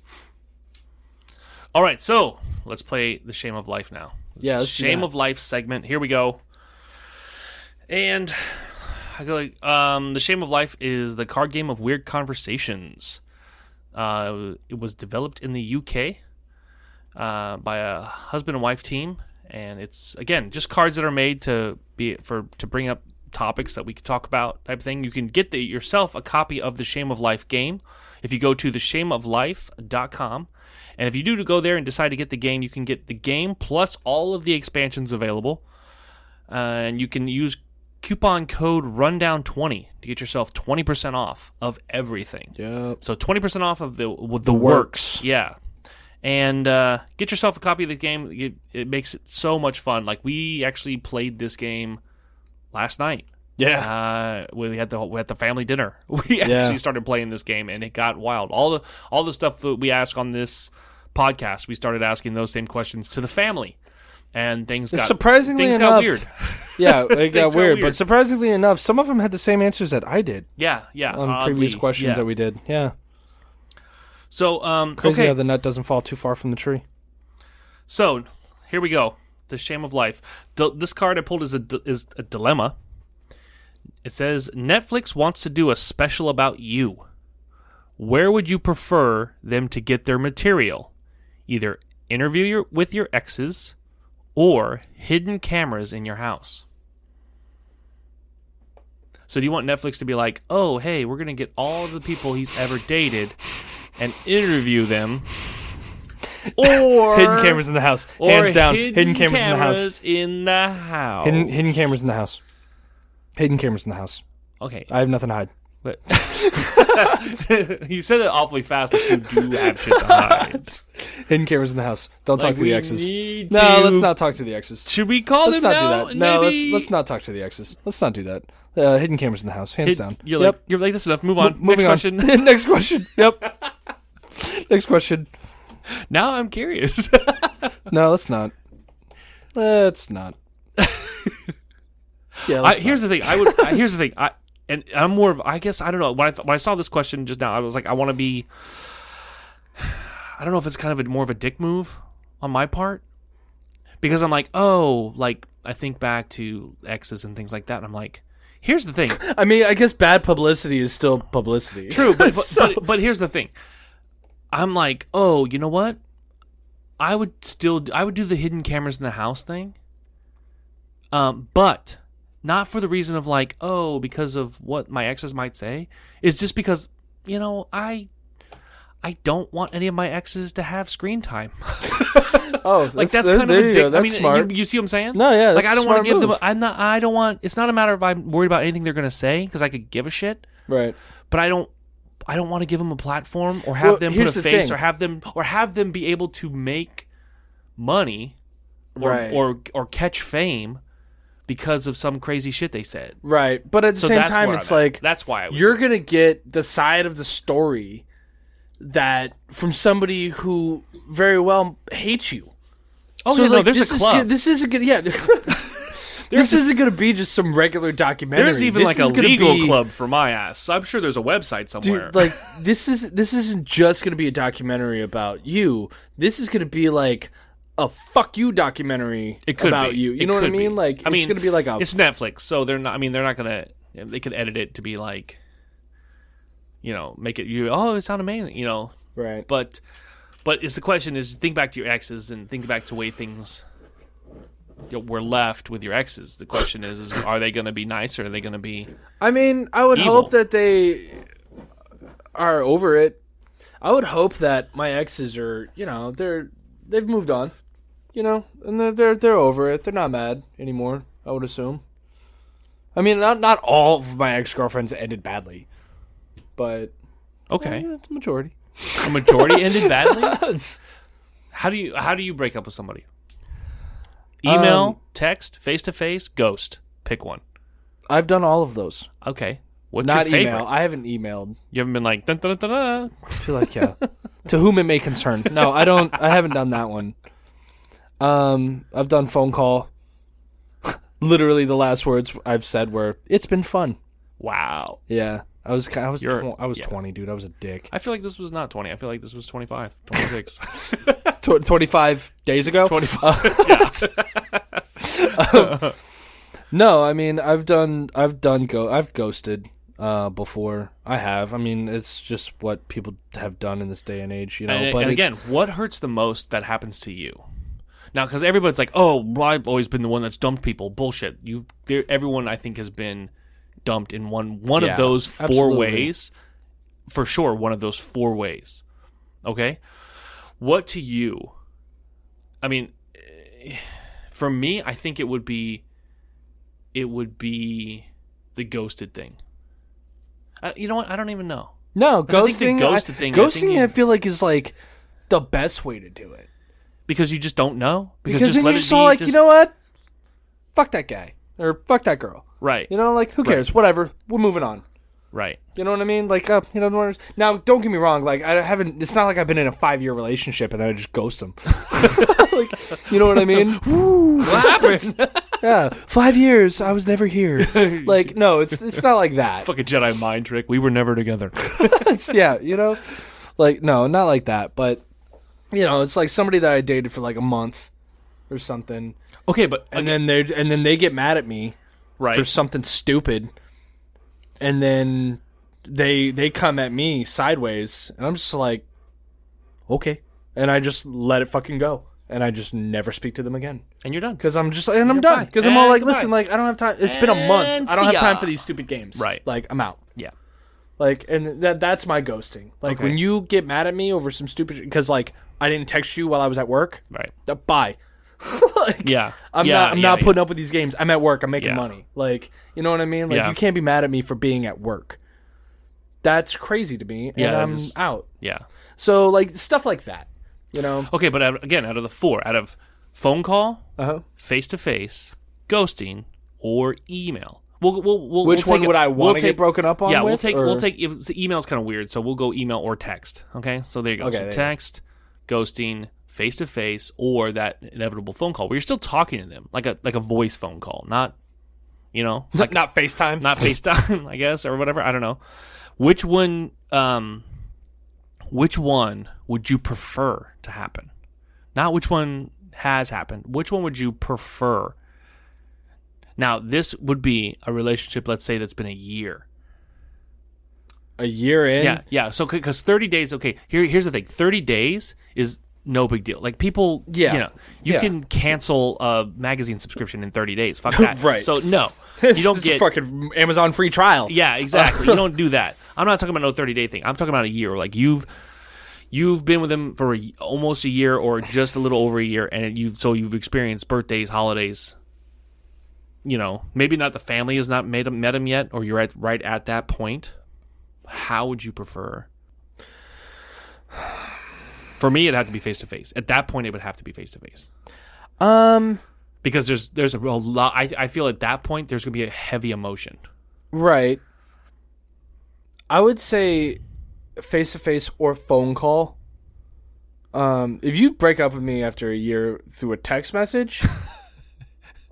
A: All right, so let's play the shame of life now.
B: Yeah, let's do
A: shame
B: that.
A: of life segment. Here we go. And I go like, um, the shame of life is the card game of weird conversations. Uh, it was developed in the UK uh, by a husband and wife team, and it's again just cards that are made to be for to bring up topics that we could talk about type of thing. You can get the, yourself a copy of the Shame of Life game if you go to theshameoflife.com. And if you do to go there and decide to get the game, you can get the game plus all of the expansions available. Uh, and you can use coupon code rundown20 to get yourself 20% off of everything.
B: Yep.
A: So twenty percent off of the with the,
B: works.
A: works. yeah. And uh, get yourself a copy of the game. It, it makes it so much fun. Like we actually played this game last night.
B: Yeah.
A: Uh, we had the we had the family dinner. [LAUGHS] We actually started playing this game, and it got wild. All the all the stuff that we ask on this podcast, we started asking those same questions to the family, and things got
B: surprisingly
A: things
B: enough-
A: got [LAUGHS] weird.
B: Yeah, it
A: Things
B: got
A: got
B: weird, but
A: weird.
B: surprisingly enough, some of them had the same answers that I did
A: Yeah, yeah.
B: on previous
A: oddly,
B: questions
A: yeah.
B: that we did. Ah, Yeah,
A: so um
B: crazy
A: okay.
B: how the nut doesn't fall too far from the tree.
A: So here we go. The shame of life. D- this card I pulled is a d- is a dilemma. It says Netflix wants to do a special about you. Where would you prefer them to get their material? Either interview your, with your exes, or hidden cameras in your house. So do you want Netflix to be like, oh hey, we're gonna get all of the people he's ever dated, and interview them, [LAUGHS] or
B: Hidden cameras in the house,
A: or
B: hands down. Hidden, cameras, in the house.
A: cameras in the house.
B: Hidden hidden cameras in the house. Hidden cameras in the house.
A: Okay.
B: I have nothing to hide.
A: but- [LAUGHS] you said it awfully fast. Like you do have shit to
B: [LAUGHS]
A: hide.
B: Hidden cameras in the house. Don't talk to the exes.
A: need
B: No,
A: to-
B: let's not talk to the exes.
A: Should we call
B: Let's
A: them
B: not
A: now?
B: do that. No,
A: Maybe-
B: let's let's not talk to the exes. Let's not do that. Uh, hidden cameras in the house, hands
A: It-
B: down.
A: You're
B: yep.
A: like you're like this enough. Move on. [LAUGHS] Next
B: Moving [LAUGHS]
A: question.
B: on. Next question. Yep. [LAUGHS] Next question.
A: now I'm curious.
B: No, let's not. Let's
A: [LAUGHS]
B: not. Yeah,
A: I,
B: let's
A: here's the thing. I would. I, here's the thing. I and I'm more of. I guess I don't know. When I th- when I saw this question just now, I was like, I want to be. I don't know if it's kind of a, more of a dick move on my part, because I'm like, oh, like I think back to exes and things like that, and I'm like, here's the thing.
B: not. I mean, I guess bad publicity is still publicity.
A: True,
B: [LAUGHS]
A: but but, [LAUGHS]
B: So-
A: but but here's the thing. I'm like, oh, you know what? I would still I would do the hidden cameras in the house thing. Um, but not for the reason of like, oh, because of what my exes might say. It's just because, you know, I I don't want any of my exes to have screen time. [LAUGHS]
B: Oh,
A: Like that's, kind
B: there
A: of
B: you
A: a
B: go.
A: dick.
B: That's
A: I mean, you-
B: smart.
A: You, see what I'm saying?
B: No, yeah,
A: Like
B: that's
A: I
B: a
A: don't want
B: smart
A: to give
B: move.
A: them. I'm not. I don't want. It's not a matter of I'm worried about anything they're gonna say because I could give a shit
B: right.
A: but I don't I don't want to give them a platform or have
B: Well,
A: them put
B: here's
A: a
B: the
A: face
B: thing.
A: or have them or have them be able to make money or
B: Right.
A: or, or catch fame because of some crazy shit they said.
B: Right. But at the
A: So
B: same
A: that's
B: time,
A: where
B: it's
A: I'm at.
B: like
A: that's why I would
B: you're gonna get the side of the story that from somebody who very well hates you.
A: Oh yeah, no, there's
B: this
A: a
B: is
A: club.
B: go- this isn't gonna, yeah. [LAUGHS] this isn't going to be just some regular documentary.
A: there's even like
B: This is
A: a
B: gonna
A: legal
B: be-
A: club for my ass. I'm sure there's a website
B: Dude,
A: somewhere.
B: like this is this isn't just going to be a documentary about you. This is going to be like a fuck you documentary
A: it could
B: about
A: be.
B: you. You
A: It
B: know what I
A: could be.
B: mean? Like
A: I mean,
B: it's going to be like a
A: it's Netflix, so they're not. I mean, they're not gonna. They could edit it to be like, you know, make it you. Oh, it sound amazing. You know,
B: right.
A: but but it's the question is think back to your exes and think back to way things you know, were left with your exes. The question is, is are they going to be nice or are they going to be?
B: I mean, I would
A: Evil.
B: hope that they are over it. I would hope that my exes are, you know, they're they've moved on, you know, and they're they're, they're over it. They're not mad anymore. I would assume. I mean, not not all of my ex girlfriends ended badly, but
A: Okay,
B: yeah, it's a majority. [LAUGHS]
A: a majority ended badly. How do you how do you break up with somebody? Email,
B: Um,
A: text, face to face, ghost. Pick one.
B: I've done all of those.
A: Okay, what's
B: Not
A: your favorite?
B: email. I haven't emailed.
A: You haven't been like dun, dun, dun, dun, dun.
B: I feel like yeah. to whom it may concern. No, I don't. I haven't done that one. Um, I've done phone call. [LAUGHS] Literally, the last words I've said were "It's been fun."
A: Wow.
B: Yeah, I was. ki- I was.
A: You're-
B: Tw- I was
A: yeah.
B: twenty, dude. I was a
A: [LAUGHS]
B: dick.
A: I feel like this was not 20. I feel like this was 25, 26.
B: Tw- Twenty-five days ago.
A: 25. [LAUGHS]
B: Um, No, I mean I've done I've done go I've ghosted uh before. I have. I mean it's just what people have done in this day and age, you know.
A: and,
B: but
A: and
B: it's-
A: again, what hurts the most that happens to you? Now, because everybody's like, "Oh, well, I've always been the one that's dumped people." Bullshit. You, there, everyone I think has been dumped in one one
B: Yeah,
A: of those four
B: absolutely.
A: ways, for sure. One of those four ways. Okay, what to you? I mean, [SIGHS] eh, for me, I think it would be, it would be the ghosted thing. I, you know what? I don't even know.
B: no,
A: 'Cause I think the
B: ghosting. I-
A: ghosted thing, I
B: ghosting,
A: think
B: I
A: it-
B: feel like is like the best way to do it.
A: because you just don't know.
B: Because,
A: just
B: then
A: let
B: you're
A: it
B: just
A: be,
B: all like,
A: just-
B: you know what? Fuck that guy or fuck that girl.
A: right,
B: You know, like who cares? Whatever. We're moving on.
A: right,
B: You know what I mean? Like, uh, you know, no matter- now don't get me wrong. Like, I haven't. It's not like I've been in a five year relationship and I just ghost him. [LAUGHS] like, you know what
A: [LAUGHS]
B: I mean? yeah, five years. I was
A: [LAUGHS]
B: never here. like, no, it's it's not like that.
A: fucking Jedi mind trick. We were never
B: [LAUGHS]
A: together.
B: It's- yeah, you know, like no, not like that. But you know, it's like somebody that I dated for like a month or something,
A: okay, but uh,
B: and then they and then they get mad at me
A: right,
B: for something stupid, and then they they come at me sideways, and I'm just like, okay, and I just let it fucking go, and I just never speak to them again
A: and you're done.
B: because I'm just and I'm done
A: bye.
B: because I'm all
A: And
B: like,
A: goodbye.
B: listen, like I don't have time. It's been a month.
A: And
B: I don't have
A: see
B: time
A: ya.
B: for these stupid games.
A: Right.
B: like I'm out.
A: Yeah,
B: Like, and that that's my ghosting. Like
A: Okay.
B: when you get mad at me over some stupid because like I didn't text you while I was at work. [LAUGHS]
A: right.
B: Uh, bye. like,
A: Yeah,
B: I'm
A: yeah,
B: not. I'm
A: yeah,
B: not
A: yeah.
B: putting up with these games. I'm at work. I'm making
A: Yeah.
B: money. Like, you know what I mean? Like,
A: Yeah.
B: you can't be mad at me for being at work. That's crazy to me, and
A: Yeah, that
B: I'm
A: is-
B: out.
A: Yeah.
B: So, like, stuff like that. You know?
A: Okay, but out- again, out of the four, out of phone call,
B: Uh huh.
A: face to face, ghosting, or email. We'll, we'll, we'll,
B: Which
A: we'll
B: one
A: take-
B: would I
A: we'll
B: wanna get
A: take-
B: broken up on
A: Yeah, we'll
B: with,
A: take
B: or-
A: we'll take. If, so email's kind of weird, so we'll go email or text. Okay, so there you go.
B: Okay, there
A: so
B: you go.
A: text, ghosting, face to face, or that inevitable phone call where you're still talking to them, like a like a voice phone call, not you know
B: Like, [LAUGHS] not FaceTime.
A: not FaceTime, [LAUGHS] I guess, or whatever. I don't know. Which one? Um, which one would you prefer to happen? Not which one has happened. Which one would you prefer? Now, this would be a relationship. Let's say that's been a year.
B: a year in. [LAUGHS]
A: Yeah, yeah. So because thirty days, okay. Here, here's the thing. Thirty days is no big deal. Like people,
B: Yeah.
A: you know, you
B: Yeah.
A: can cancel a magazine subscription in thirty days.
B: [LAUGHS]
A: Fuck that.
B: Right.
A: So no,
B: It's-
A: you don't
B: it's
A: get
B: a fucking Amazon free trial.
A: Yeah, exactly. you don't do that. I'm not talking about no 30 day thing. I'm talking about a year. Like you've you've been with them for a, almost a year or just a little over a year, and you've so you've experienced birthdays, holidays. You know, maybe not the family has not made 'em- met him yet, or you're at right at that point. How would you prefer? [SIGHS] For me, it'd have to be face to face. At that point, it would have to be face to face
B: Um.
A: because there's there's a, real lot. I, I feel at that point there's going to be a heavy emotion.
B: Right. I would say face to face or phone call. Um, if you break up with me after a year through a
A: [LAUGHS]
B: text message,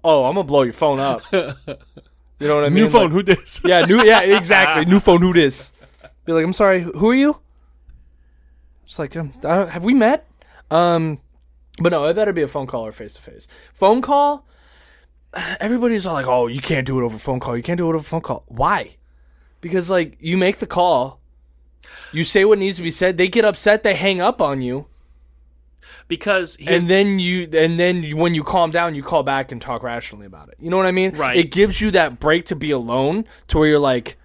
B: oh, I'm gonna blow your phone up. You know what I mean?
A: New
B: Like-
A: phone, who this? [LAUGHS]
B: yeah, new. Yeah, exactly. new phone. Who this? Be like, I'm sorry. Who are you? It's like, um, I don't, have we met? Um, but no, it better be a phone call or face to face. Phone call. Everybody's all like, "Oh, you can't do it over phone call. You can't do it over phone call." Why? Because like you make the call, you say what needs to be said. They get upset. They hang up on you,
A: Because here's
B: and then you, and then you, when you calm down, you call back and talk rationally about it. You know what I mean?
A: Right.
B: It gives you that break to be alone, to where you're like,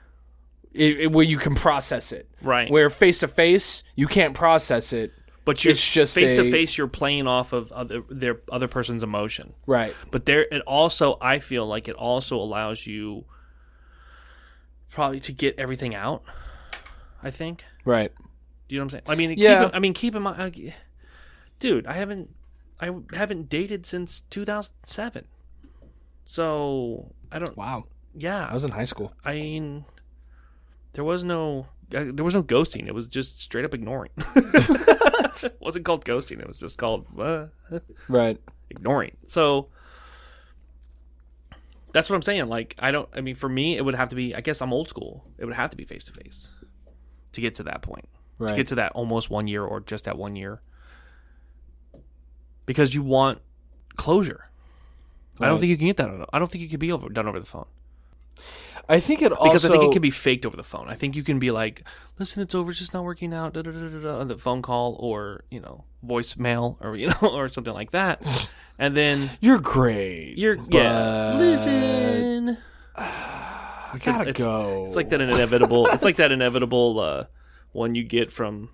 B: it, it- where you can process it.
A: Right.
B: Where face to face, you can't process it.
A: but you're
B: it's just
A: face
B: a-
A: to face. You're playing off of other, their other person's emotion.
B: Right.
A: but there it also i feel like it also allows you probably to get everything out i think
B: Right.
A: do you know what i'm saying i mean
B: Yeah.
A: keep, i mean keep in mind I- dude i haven't i haven't dated since 2007 so i don't
B: Wow. I
A: yeah
B: was in high school.
A: i mean there was no uh, there was no ghosting it was just straight up ignoring [LAUGHS] it wasn't called ghosting it was just called uh,
B: Right.
A: ignoring. So that's what I'm saying. Like I don't. I mean, for me, it would have to be. I guess I'm old school. It would have to be face to face to get to that point.
B: Right.
A: To get to that almost one year or just that one year, because you want closure. I don't
B: Right.
A: think you can get that. On, I don't think you can be over, done over the phone
B: I think it also
A: because I think it can be faked over the phone. I think you can be like, "Listen, it's over. It's just not working out." Da, da, da, da, da, on the phone call or you know voicemail or you know [LAUGHS] or something like that, and then
B: You're great.
A: You're yeah. Listen.
B: I gotta
A: it's-
B: go.
A: It's like that inevitable. it's like
B: [LAUGHS]
A: that inevitable uh, one you get from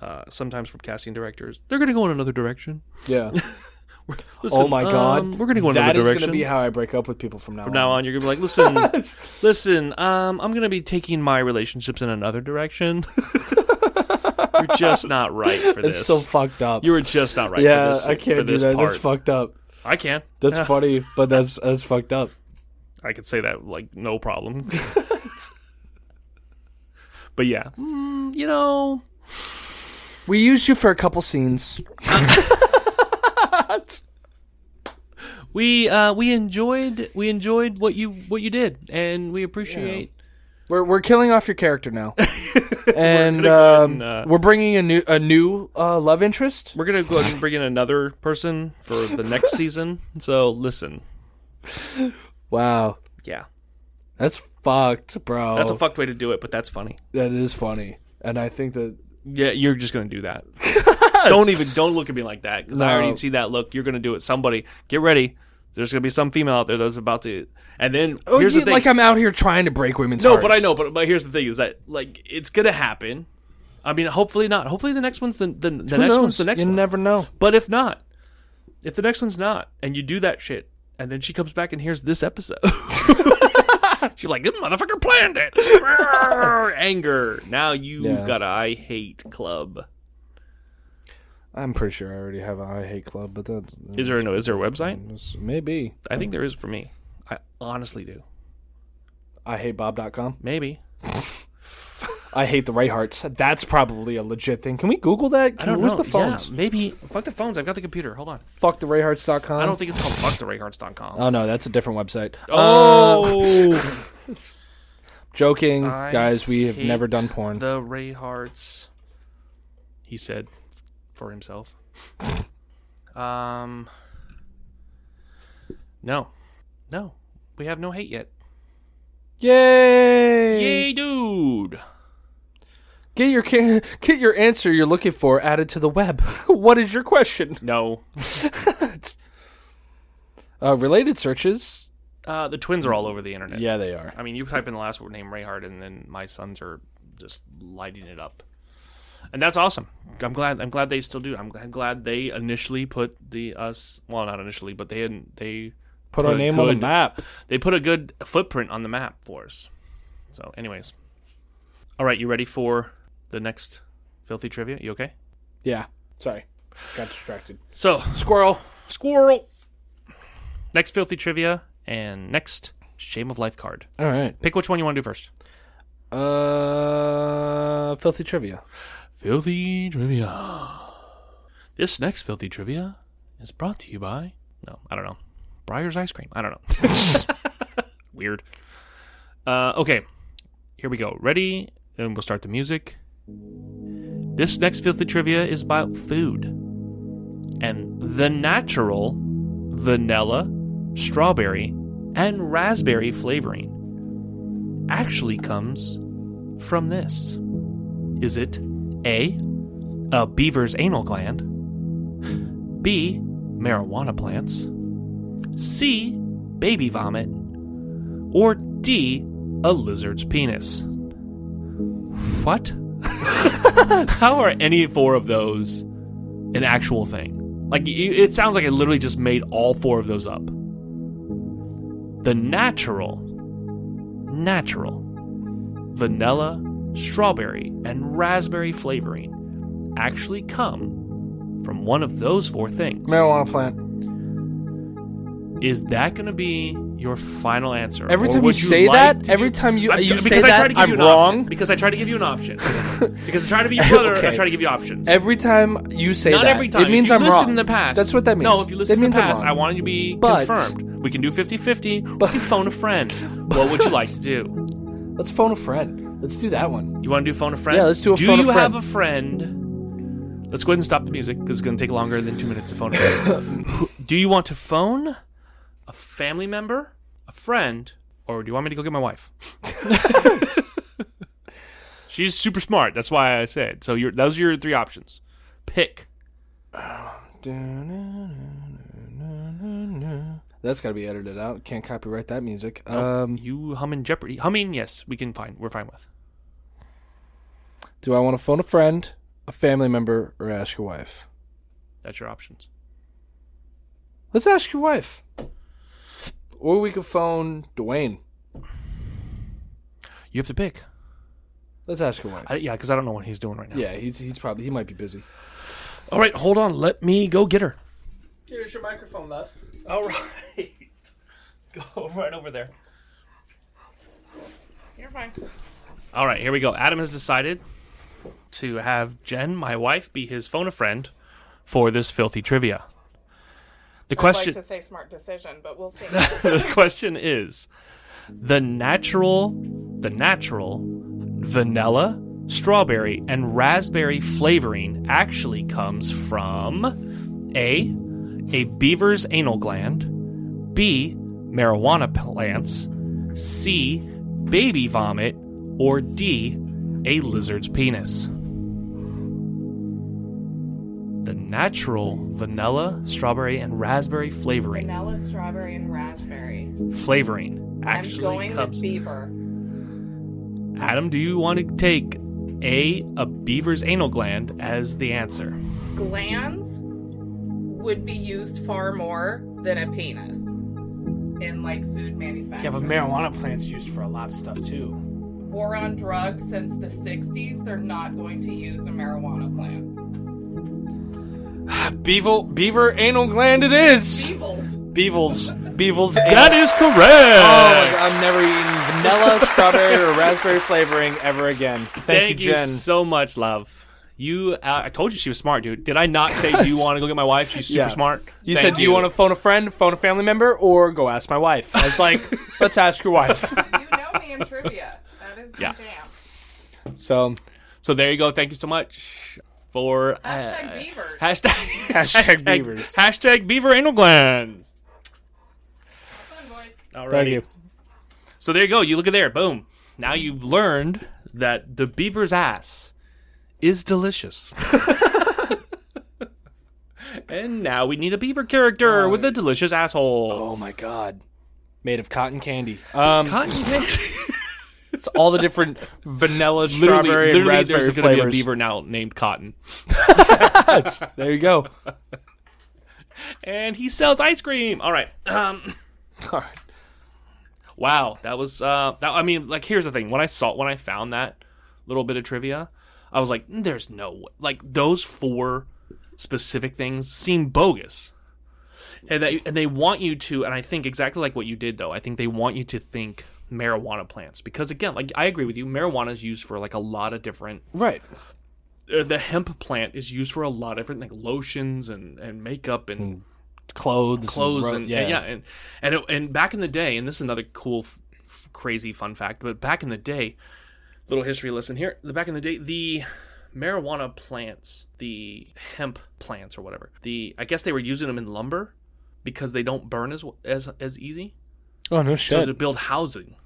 A: uh, sometimes from casting directors. They're gonna go in another direction. [LAUGHS]
B: Yeah.
A: Listen,
B: oh my god.
A: um, we're gonna go in
B: That
A: another
B: is
A: direction.
B: gonna be how I break up with people from now
A: from
B: on.
A: now on, you're gonna be like,
B: [LAUGHS]
A: listen, listen. Um, I'm gonna be taking my relationships in another
B: [LAUGHS]
A: direction. You're just not right for
B: It's
A: this.
B: so fucked up.
A: you were just not right.
B: yeah,
A: for this,
B: I
A: for
B: can't do
A: this
B: that.
A: Part.
B: That's fucked up.
A: I can. [LAUGHS]
B: That's funny, but that's that's fucked up.
A: I could say that like no
B: [LAUGHS]
A: problem. [LAUGHS] but yeah, mm, you know,
B: We used you for a couple scenes.
A: we uh, we enjoyed we enjoyed what you what you did, and we appreciate.
B: We're we're killing off your character now, and
A: We're
B: [LAUGHS] we're,
A: gonna go ahead
B: um,
A: and, uh,
B: we're bringing a new a new uh, love interest.
A: We're gonna go ahead
B: [LAUGHS]
A: and bring in another person for the next season. So listen,
B: Wow,
A: yeah,
B: that's fucked, bro.
A: that's a fucked way to do it, but that's funny.
B: that is funny, and I think that
A: Yeah, you're just gonna do
B: [LAUGHS]
A: that. don't even don't look at me like that because I
B: No.
A: already see that look. You're gonna do it. Somebody get ready. There's gonna be some female out there that's about to, and then here's
B: Oh, you-
A: the thing.
B: like I'm out here trying to break women's
A: No,
B: hearts.
A: but I know. But but here's the thing: is that like it's gonna happen. I mean, hopefully not. Hopefully the next one's the the, the
B: Who
A: next
B: knows?
A: one's the next
B: you
A: one.
B: never know.
A: but if not, if the next one's not, and you do that shit, and then she comes back and hears this episode, [LAUGHS] she's like, "This motherfucker planned
B: [LAUGHS]
A: it." Brrr, Anger. Now you've
B: Yeah.
A: got a I hate club.
B: I'm pretty sure I already have a I hate club, but that
A: Is there no? Is there a website?
B: maybe
A: I think there is for me. I honestly do.
B: I hate Bob.com.
A: Maybe
B: I hate the right hearts. That's probably a legit thing. Can we Google that? Can,
A: I don't
B: where's
A: know.
B: the phones?
A: Yeah, maybe fuck the phones. I've got the computer. Hold on.
B: Fuck the rayhearts.com.
A: I don't think it's called fuckthereharts.com.
B: Oh no, that's a different website.
A: Oh.
B: [LAUGHS] Joking,
A: [LAUGHS] I
B: guys. We have
A: Uh, hate
B: never done porn.
A: The Ray Hearts. He said for himself. um. No. No. We have no hate yet.
B: Yay!
A: Yay, dude.
B: Get your ca- get your answer you're looking for added to the web. [LAUGHS] what is your question?
A: No.
B: Uh, related searches.
A: Uh, the twins are all over the internet.
B: Yeah, they are.
A: I mean, you type in the last word name Rayhart, and then my sons are just lighting it up, and that's awesome. I'm glad. I'm glad they still do. I'm glad they initially put the us. Well, not initially, but they didn't. They
B: Put our
A: Good,
B: name on the
A: good.
B: map.
A: they put a good footprint on the map for us. So, anyways, all right, you ready for the next filthy trivia? You okay?
B: Yeah. Sorry, got distracted.
A: So,
B: Squirrel.
A: squirrel. Next filthy trivia and next shame of life card.
B: All right.
A: Pick which one you want to do first.
B: Uh, filthy trivia.
A: Filthy trivia. This next filthy trivia is brought to you by no, I don't know, Briar's ice cream. I don't know. [LAUGHS] Weird. Uh, okay, here we go. Ready, and we'll start the music. This next filthy trivia is about food, and the natural vanilla, strawberry, and raspberry flavoring actually comes from this. Is it A, a beaver's anal gland, B, marijuana plants, C, baby vomit, or D, a lizard's penis? What? [LAUGHS] How are any four of those an actual thing? Like, y- it sounds like I literally just made all four of those up. The natural, natural vanilla, strawberry, and raspberry flavoring actually come from one of those four things.
B: Marijuana plant.
A: Is that going to be your final answer?
B: Every
A: Or
B: time you
A: would
B: say
A: like
B: that,
A: to
B: every
A: do-
B: time you
A: I'm-
B: you
A: because
B: say
A: I try to
B: that,
A: give
B: I'm
A: you an
B: wrong.
A: Option, because I try to give you an
B: [LAUGHS]
A: option. because I try to be your brother, I
B: Okay.
A: try to give you options.
B: Every time you say
A: Not
B: that,
A: every time.
B: it means
A: if you
B: I'm
A: listen
B: wrong.
A: in the past.
B: That's what that means.
A: No, if you listen
B: that means
A: in the past,
B: I'm
A: I
B: wrong.
A: wanted you to be
B: But-
A: confirmed. We can do 50-50. We can phone a friend. What would you like to
B: [LAUGHS]
A: do?
B: Let's phone a friend. Let's do that one.
A: You want to do phone a friend?
B: Yeah, let's do a
A: do
B: phone a
A: you
B: friend.
A: have a friend? Let's go ahead and stop the music because it's going to take longer than two minutes to phone a friend.
B: [LAUGHS]
A: do you want to phone a family member, a friend, or do you want me to go get my
B: [LAUGHS]
A: wife? She's super smart. That's why I said. So you're, those are your three options. Pick.
B: That's got to be edited out. Can't copyright that music. Um,
A: You humming Jeopardy? Humming? Yes, we can find. We're fine with.
B: do I want to phone a friend, a family member, or ask your wife?
A: That's your options.
B: Let's ask your wife. Or we could phone Dwayne.
A: You have to pick.
B: Let's ask your wife.
A: I, yeah, because I don't know what he's doing right now.
B: yeah, he's he's probably he might be busy.
A: All right, hold on. Let me go get her.
B: Here's your microphone, left.
A: All right. [LAUGHS] Go right over there.
D: You're fine.
A: All right, here we go. Adam has decided to have Jen, my wife, be his phone a friend for this filthy trivia. The
D: I'd like
A: question
D: to say smart decision, but
A: [LAUGHS]
D: we'll see.
A: the question is the natural the natural vanilla, strawberry, and raspberry flavoring actually comes from A a beaver's anal gland, B marijuana plants, C baby vomit, or D a lizard's penis. The natural vanilla, strawberry, and raspberry flavoring
D: Vanilla, strawberry, and raspberry.
A: flavoring actually
D: I'm going
A: comes.
D: with beaver.
A: Adam, do you want to take a a beaver's anal gland as the answer?
D: Glands would be used far more than a penis in like food manufacturing.
E: Yeah, but marijuana plants used for a lot of stuff too.
D: War on drugs since the 60s, they're not going to use a marijuana plant.
C: Beaver, beaver anal gland it is.
D: Beavles.
C: Beavels.
B: [LAUGHS]
C: Beavels.
A: That is correct.
C: Oh, I'm never eating
A: [LAUGHS]
C: vanilla, strawberry, or raspberry flavoring ever again. Thank,
A: Thank
C: you, Jen.
A: so much, love. You, uh, I told you she was smart, dude. Did I not say do you want to go get my wife? She's super
C: Yeah.
A: smart.
C: you
A: Thank
C: said, do you want to phone a friend, phone a family member, or go ask my
A: [LAUGHS]
C: wife? I was like, let's ask your wife.
D: You know me in trivia. That is
A: Yeah.
D: my jam.
C: So,
A: So there you go. Thank you so much for uh,
D: Hashtag beavers.
A: hashtag
C: Hashtag beavers.
A: hashtag beaver anal glands.
D: Fun, boys.
A: All
C: thank you.
A: So there you go. You look at there. Boom. Now you've learned that the beaver's ass
C: [LAUGHS]
A: is delicious. and now we need a beaver character with a delicious asshole.
C: Oh my god. Made of cotton candy. Um,
A: Cotton candy.
C: it's all the different vanilla,
A: [LAUGHS] literally,
C: strawberry, and
A: literally
C: raspberry
A: there's going to be a
C: flavors.
A: beaver now named Cotton,
C: [LAUGHS] There you
A: [LAUGHS]
C: go.
A: and he sells ice cream. All right. Um,
C: All right.
A: wow, that was. Uh, that, I mean, like, here's the thing. When I saw, when I found that little bit of trivia, I was like, "There's no way." Like those four specific things seem bogus, and they and they want you to. And I think exactly like what you did, though. I think they want you to think marijuana plants because again, like I agree with you, marijuana is used for like a lot of different.
B: Right.
A: uh, The hemp plant is used for a lot of different like lotions and and makeup and
B: Clothes.
A: clothes
B: ro-
A: and, yeah. yeah and and it, and back in the day and this is another cool f- f- crazy fun fact but back in the day little history lesson here the back in the day the marijuana plants the hemp plants or whatever the i guess they were using them in lumber because they don't burn as as as easy
B: Oh no
A: so to
B: shit.
A: build housing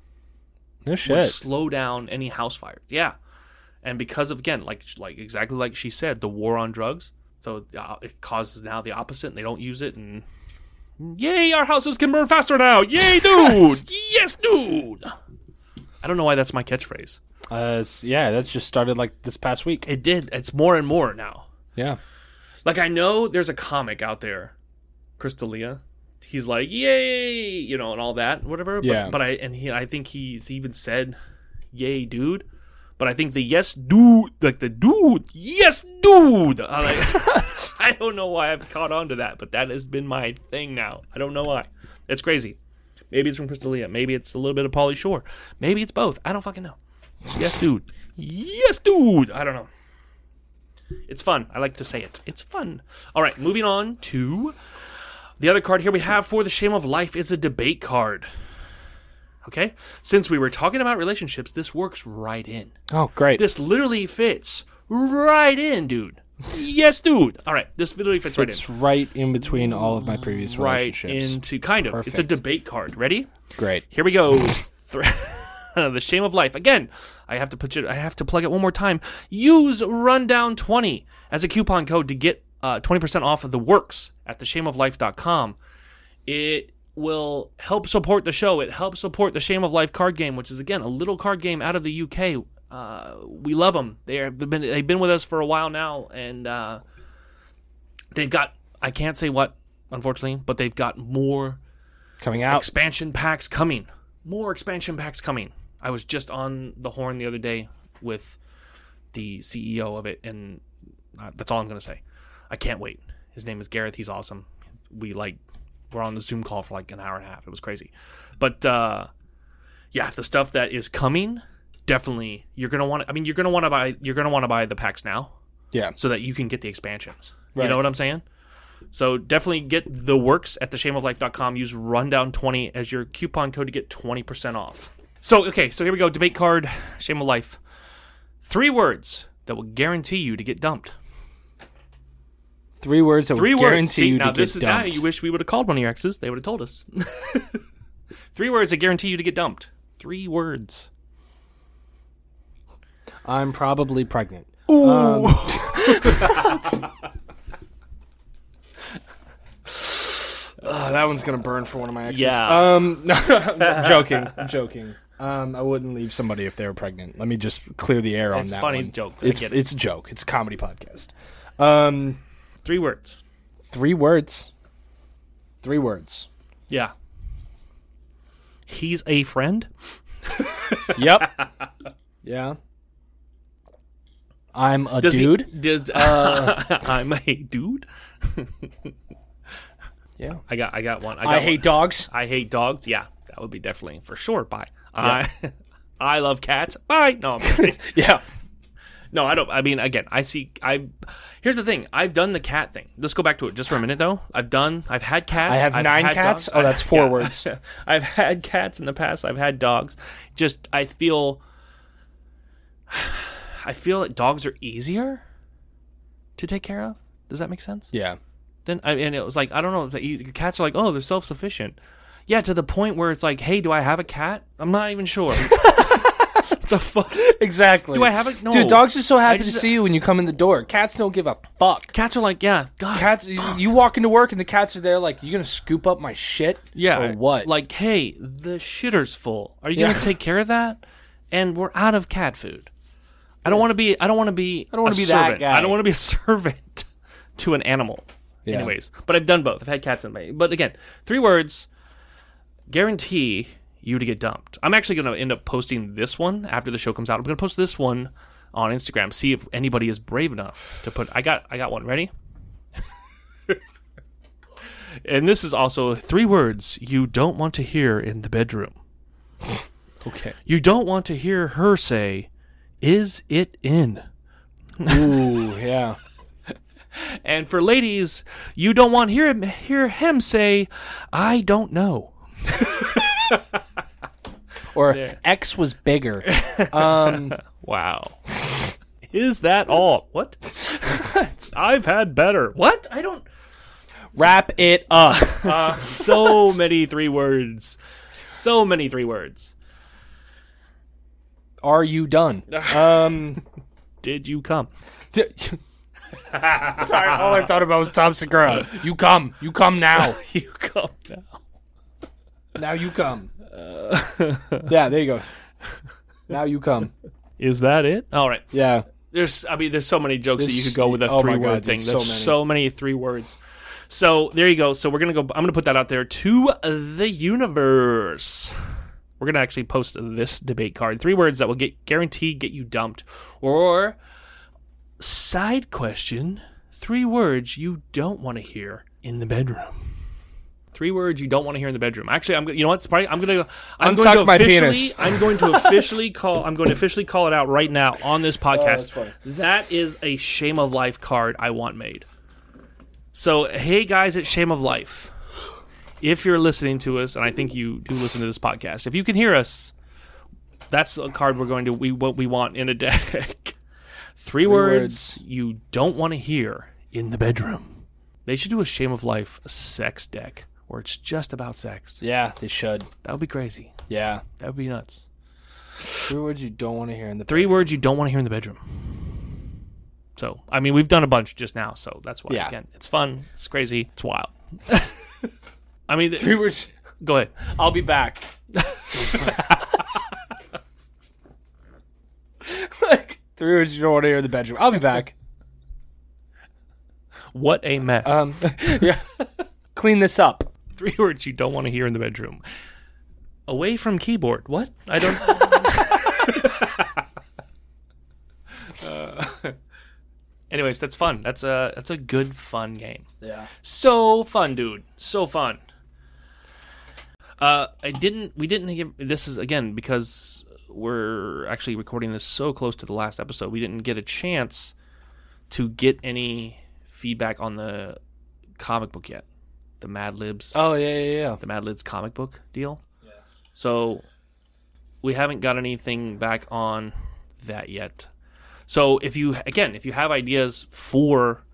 B: No
A: would
B: shit.
A: slow down any house fires yeah and because of again like like exactly like she said the war on drugs so uh, it causes now the opposite and they don't use it and Yay, our houses can burn faster now. [LAUGHS] Yay, dude. yes, dude. I don't know why that's my catchphrase.
B: Uh, it's, yeah, that's just started like this past week.
A: It did. It's more and more now.
B: Yeah.
A: Like I know there's a comic out there, Crystalia. He's like, "Yay," you know, and all that, whatever. But,
B: Yeah.
A: but I and he I think he's even said, "Yay, dude." But I think the yes, dude, like the dude, yes, dude. I, like, [LAUGHS] I don't know why I've caught on to that, but that has been my thing now. I don't know why. It's crazy. Maybe it's from Crystalia. Maybe it's a little bit of Polly Shore. Maybe it's both. I don't fucking know. Yes, dude. Yes, dude. I don't know. It's fun. I like to say it. It's fun. All right, moving on to the other card here we have for the shame of life is a debate card. Okay? Since we were talking about relationships, this works right in.
B: Oh great.
A: This literally fits right in, dude. Yes, dude. All right, this literally fits right in.
B: it's right in between all of my previous
A: Right
B: relationships.
A: into kind of. It's a
B: Perfect.
A: debate card. Ready?
B: Great.
A: Here we go. Thr- [LAUGHS] the shame of life. Again, I have to put it. I have to plug it one more time. Use rundown twenty as a coupon code to get uh, twenty percent off of the works at theshameoflife.com. It will help support the show. It helps support the Shame of Life card game, which is again a little card game out of the UK. Uh, we love them. They're, they've been they've been with us for a while now, and uh, they've got I can't say what unfortunately, but they've got more
B: Coming out.
A: expansion packs coming. More expansion packs coming. I was just on the horn the other day with the CEO of it, and uh, that's all I'm going to say. I can't wait. His name is Gareth. He's awesome. We like we're on the Zoom call for like an hour and a half. It was crazy, but uh, yeah, the stuff that is coming definitely you're going to want. I mean, you're going to want to buy. You're going to want to buy the packs now
B: yeah.
A: so that you can get the expansions. You
B: Right.
A: know what I'm saying? So definitely get the works at theshameoflife.com. Use rundown20 as your coupon code to get 20% off. So, okay, so here we go. Debate card, shame of life. Three words that will guarantee you to get dumped.
B: Three words that
A: Three
B: would
A: words.
B: guarantee
A: See,
B: you
A: now
B: to
A: this
B: get
A: is
B: dumped.
A: now you wish we would have called one of your exes. They would have told us. [LAUGHS] Three words that guarantee you to get dumped. Three words.
B: I'm probably pregnant. Um,
A: [LAUGHS] Uh,
E: Oh, that one's gonna burn for one of my exes.
A: Yeah. [LAUGHS]
B: Um, no, I'm [LAUGHS] joking. I'm joking. Um, I wouldn't leave somebody if they were pregnant. Let me just clear the air on
A: It's
B: that.
A: funny
B: one.
A: joke, I
B: It's
A: get it.
B: it's a joke. It's a comedy podcast. Um,
A: Three words.
B: three words. Three words.
A: Yeah. He's a friend.
B: Yep. [LAUGHS] yeah. I'm a
A: Does the-
B: dude. [LAUGHS]
A: does uh, [LAUGHS] I'm a dude?
B: yeah.
A: I got I got one. I, got
B: I
A: [LAUGHS]
B: hate dogs.
A: I hate dogs. Yeah, that would be definitely for sure. Bye. I [LAUGHS] I love cats. Bye. No, I'm kidding.
B: Yeah.
A: no, I don't. I mean, again, I see. I here's the thing. I've done the cat thing. Let's go back to it just for a minute, though. I've done. I've had cats.
B: I have
A: I've
B: nine
A: had
B: cats?
A: dogs.
B: Oh, that's
A: [LAUGHS]
B: four
A: Yeah.
B: words.
A: I've had cats in the past. I've had dogs. Just I feel. [SIGHS] I feel that dogs are easier to take care of. Does that make sense?
B: Yeah.
A: Then I, and it was like I don't know. it's like you- Cats are like, oh, they're self sufficient. Yeah, to the point where it's like, hey, do I have a cat? I'm not even sure.
B: [LAUGHS]
A: the fuck?
B: Exactly.
A: Do I have a no?
B: Dude, dogs are so happy
A: just-
B: to see you when you come in the door. Cats don't give a fuck.
A: Cats are like, yeah, God,
B: Cats, you, you walk into work and the cats are there, like, you gonna scoop up my shit?
A: yeah,
B: Or what?
A: Like, hey, the shitter's full. Are you
B: Yeah.
A: gonna take care of that? And we're out of cat food. I don't want to be. I don't want to be. I
B: don't wanna
A: to
B: be that guy.
A: I don't want to be a [LAUGHS] servant to an animal.
B: Yeah.
A: Anyways, but I've done both. I've had cats in my. But again, three words guarantee you to get dumped. I'm actually going to end up posting this one after the show comes out. I'm going to post this one on Instagram. See if anybody is brave enough to put. I got. I got one ready. [LAUGHS] and this is also three words you don't want to hear in the bedroom.
B: [LAUGHS] Okay.
A: You don't want to hear her say, "Is it in?"
B: Ooh, yeah.
A: And for ladies, you don't want hear him hear him say, "I don't know."
B: Or X
A: [LAUGHS]
B: was bigger. Um,
A: Wow. [LAUGHS] Is that all? What? [LAUGHS] I've had better. What? I don't.
B: wrap it up.
A: [LAUGHS] Uh, So many three words. So many three words.
B: Are you done? Um,
A: Did you come?
B: [LAUGHS] d- Sorry, all I thought about was Tom Segura. You come. You come now.
A: [LAUGHS] You come now.
B: [LAUGHS] Now you come. Uh. yeah, there you go. Now you come.
A: Is that it? All right.
B: Yeah.
A: There's, I mean, there's so many jokes that you
B: This-
A: could go with a
B: oh
A: 3
B: my God,
A: word
B: dude,
A: thing. There's
B: so
A: so many.
B: many.
A: three words. So there you go. So we're gonna go. I'm gonna put that out there to the universe. We're gonna actually post this debate card. Three words that will get guaranteed get you dumped. Or side question: three words you don't want to hear in the bedroom. Three words you don't want to hear in the bedroom. Actually, I'm. gonna- You know what? It's probably- I'm gonna. I'm going to
B: Untuck my
A: officially.
B: penis.
A: I'm going to officially call. I'm going to officially call it out right now on this podcast. that is a shame of life card I want made. So hey guys at Shame of Life, if you're listening to us, and I think you do listen to this podcast, if you can hear us, that's a card we're going to we what we want in a deck. [LAUGHS] Three, words, you don't want to hear in the bedroom. They should do a Shame of Life sex deck where it's just about sex.
B: Yeah, they should.
A: That would be crazy.
B: Yeah.
A: That would be nuts.
B: Three words you don't want to hear in the
A: Three words you don't want to hear in the bedroom. So, I mean, we've done a bunch just now, so that's why.
B: Yeah.
A: Again, it's fun, it's crazy, it's [LAUGHS] wild. I mean, th-
B: Three words.
A: go ahead.
B: I'll be back. [LAUGHS] like three words you don't want to hear in the bedroom. I'll be back.
A: What a mess.
B: Um, [LAUGHS] yeah. Clean this up.
A: Three [LAUGHS] words you don't want to hear in the bedroom. Away from keyboard. What? I don't. Uh, [LAUGHS] anyways, that's fun. That's a that's a good fun game.
B: Yeah.
A: so fun, dude. So fun. Uh, I didn't. We didn't give. This is again because we're actually recording this so close to the last episode. We didn't get a chance to get any feedback on the comic book yet. The Mad Libs
B: Oh yeah, yeah, yeah.
A: the Mad Libs comic book deal. So we haven't got anything back on that yet. So if you again, if you have ideas for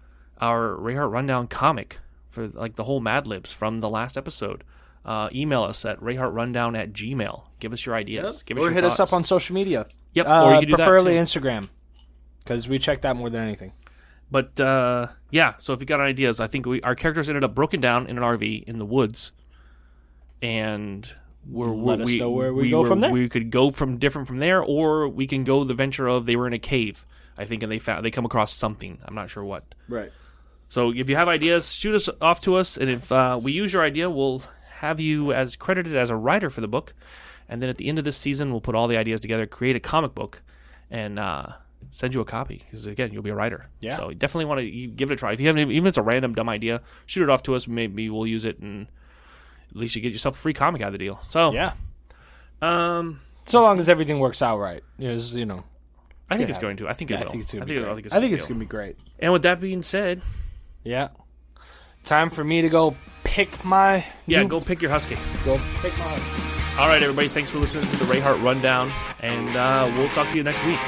A: our Rare Rundown comic for like the whole Mad Libs from the last episode, uh, email us at rayheartrundown at gmail. Give us your ideas. Give us
B: Or
A: your
B: hit us
A: thoughts.
B: up on social media.
A: Yep,
B: Uh,
A: or you can do that,
B: preferably
A: too.
B: Instagram, because we check that more than anything.
A: But uh, yeah, so if you got any ideas, I think we our characters ended up broken down in an RV in the woods, and we're
B: Let us
A: we,
B: know where we go from there.
A: We could go from different from there, or we can go the venture of they were in a cave, I think, and they found they come across something. I'm not sure what.
C: Right.
A: So if you have ideas, shoot us off to us, and if uh, we use your idea, we'll have you as credited as a writer for the book, and then at the end of this season, we'll put all the ideas together, create a comic book, and uh, send you a copy because again, you'll be a writer.
B: Yeah.
A: So you definitely want to give it a try. If you haven't, even if it's a random dumb idea, shoot it off to us. Maybe we'll use it, and at least you get yourself a free comic out of the deal. So
B: Yeah.
A: um,
B: So long as everything works out right, Is, you know.
A: I think it's
B: Yeah.
A: going to. I think it
B: I
A: will.
B: think it's gonna
A: I
B: be.
A: think,
B: great.
A: I think it's.
B: I think
A: gonna
B: it's
A: be.
B: gonna be great.
A: And with that being said,
B: Yeah. Time for me to go pick my.
A: yeah,
B: new-
A: go pick your husky.
B: go pick my.
A: All right, everybody. Thanks for listening to the Rayhart Rundown, and uh, we'll talk to you next week.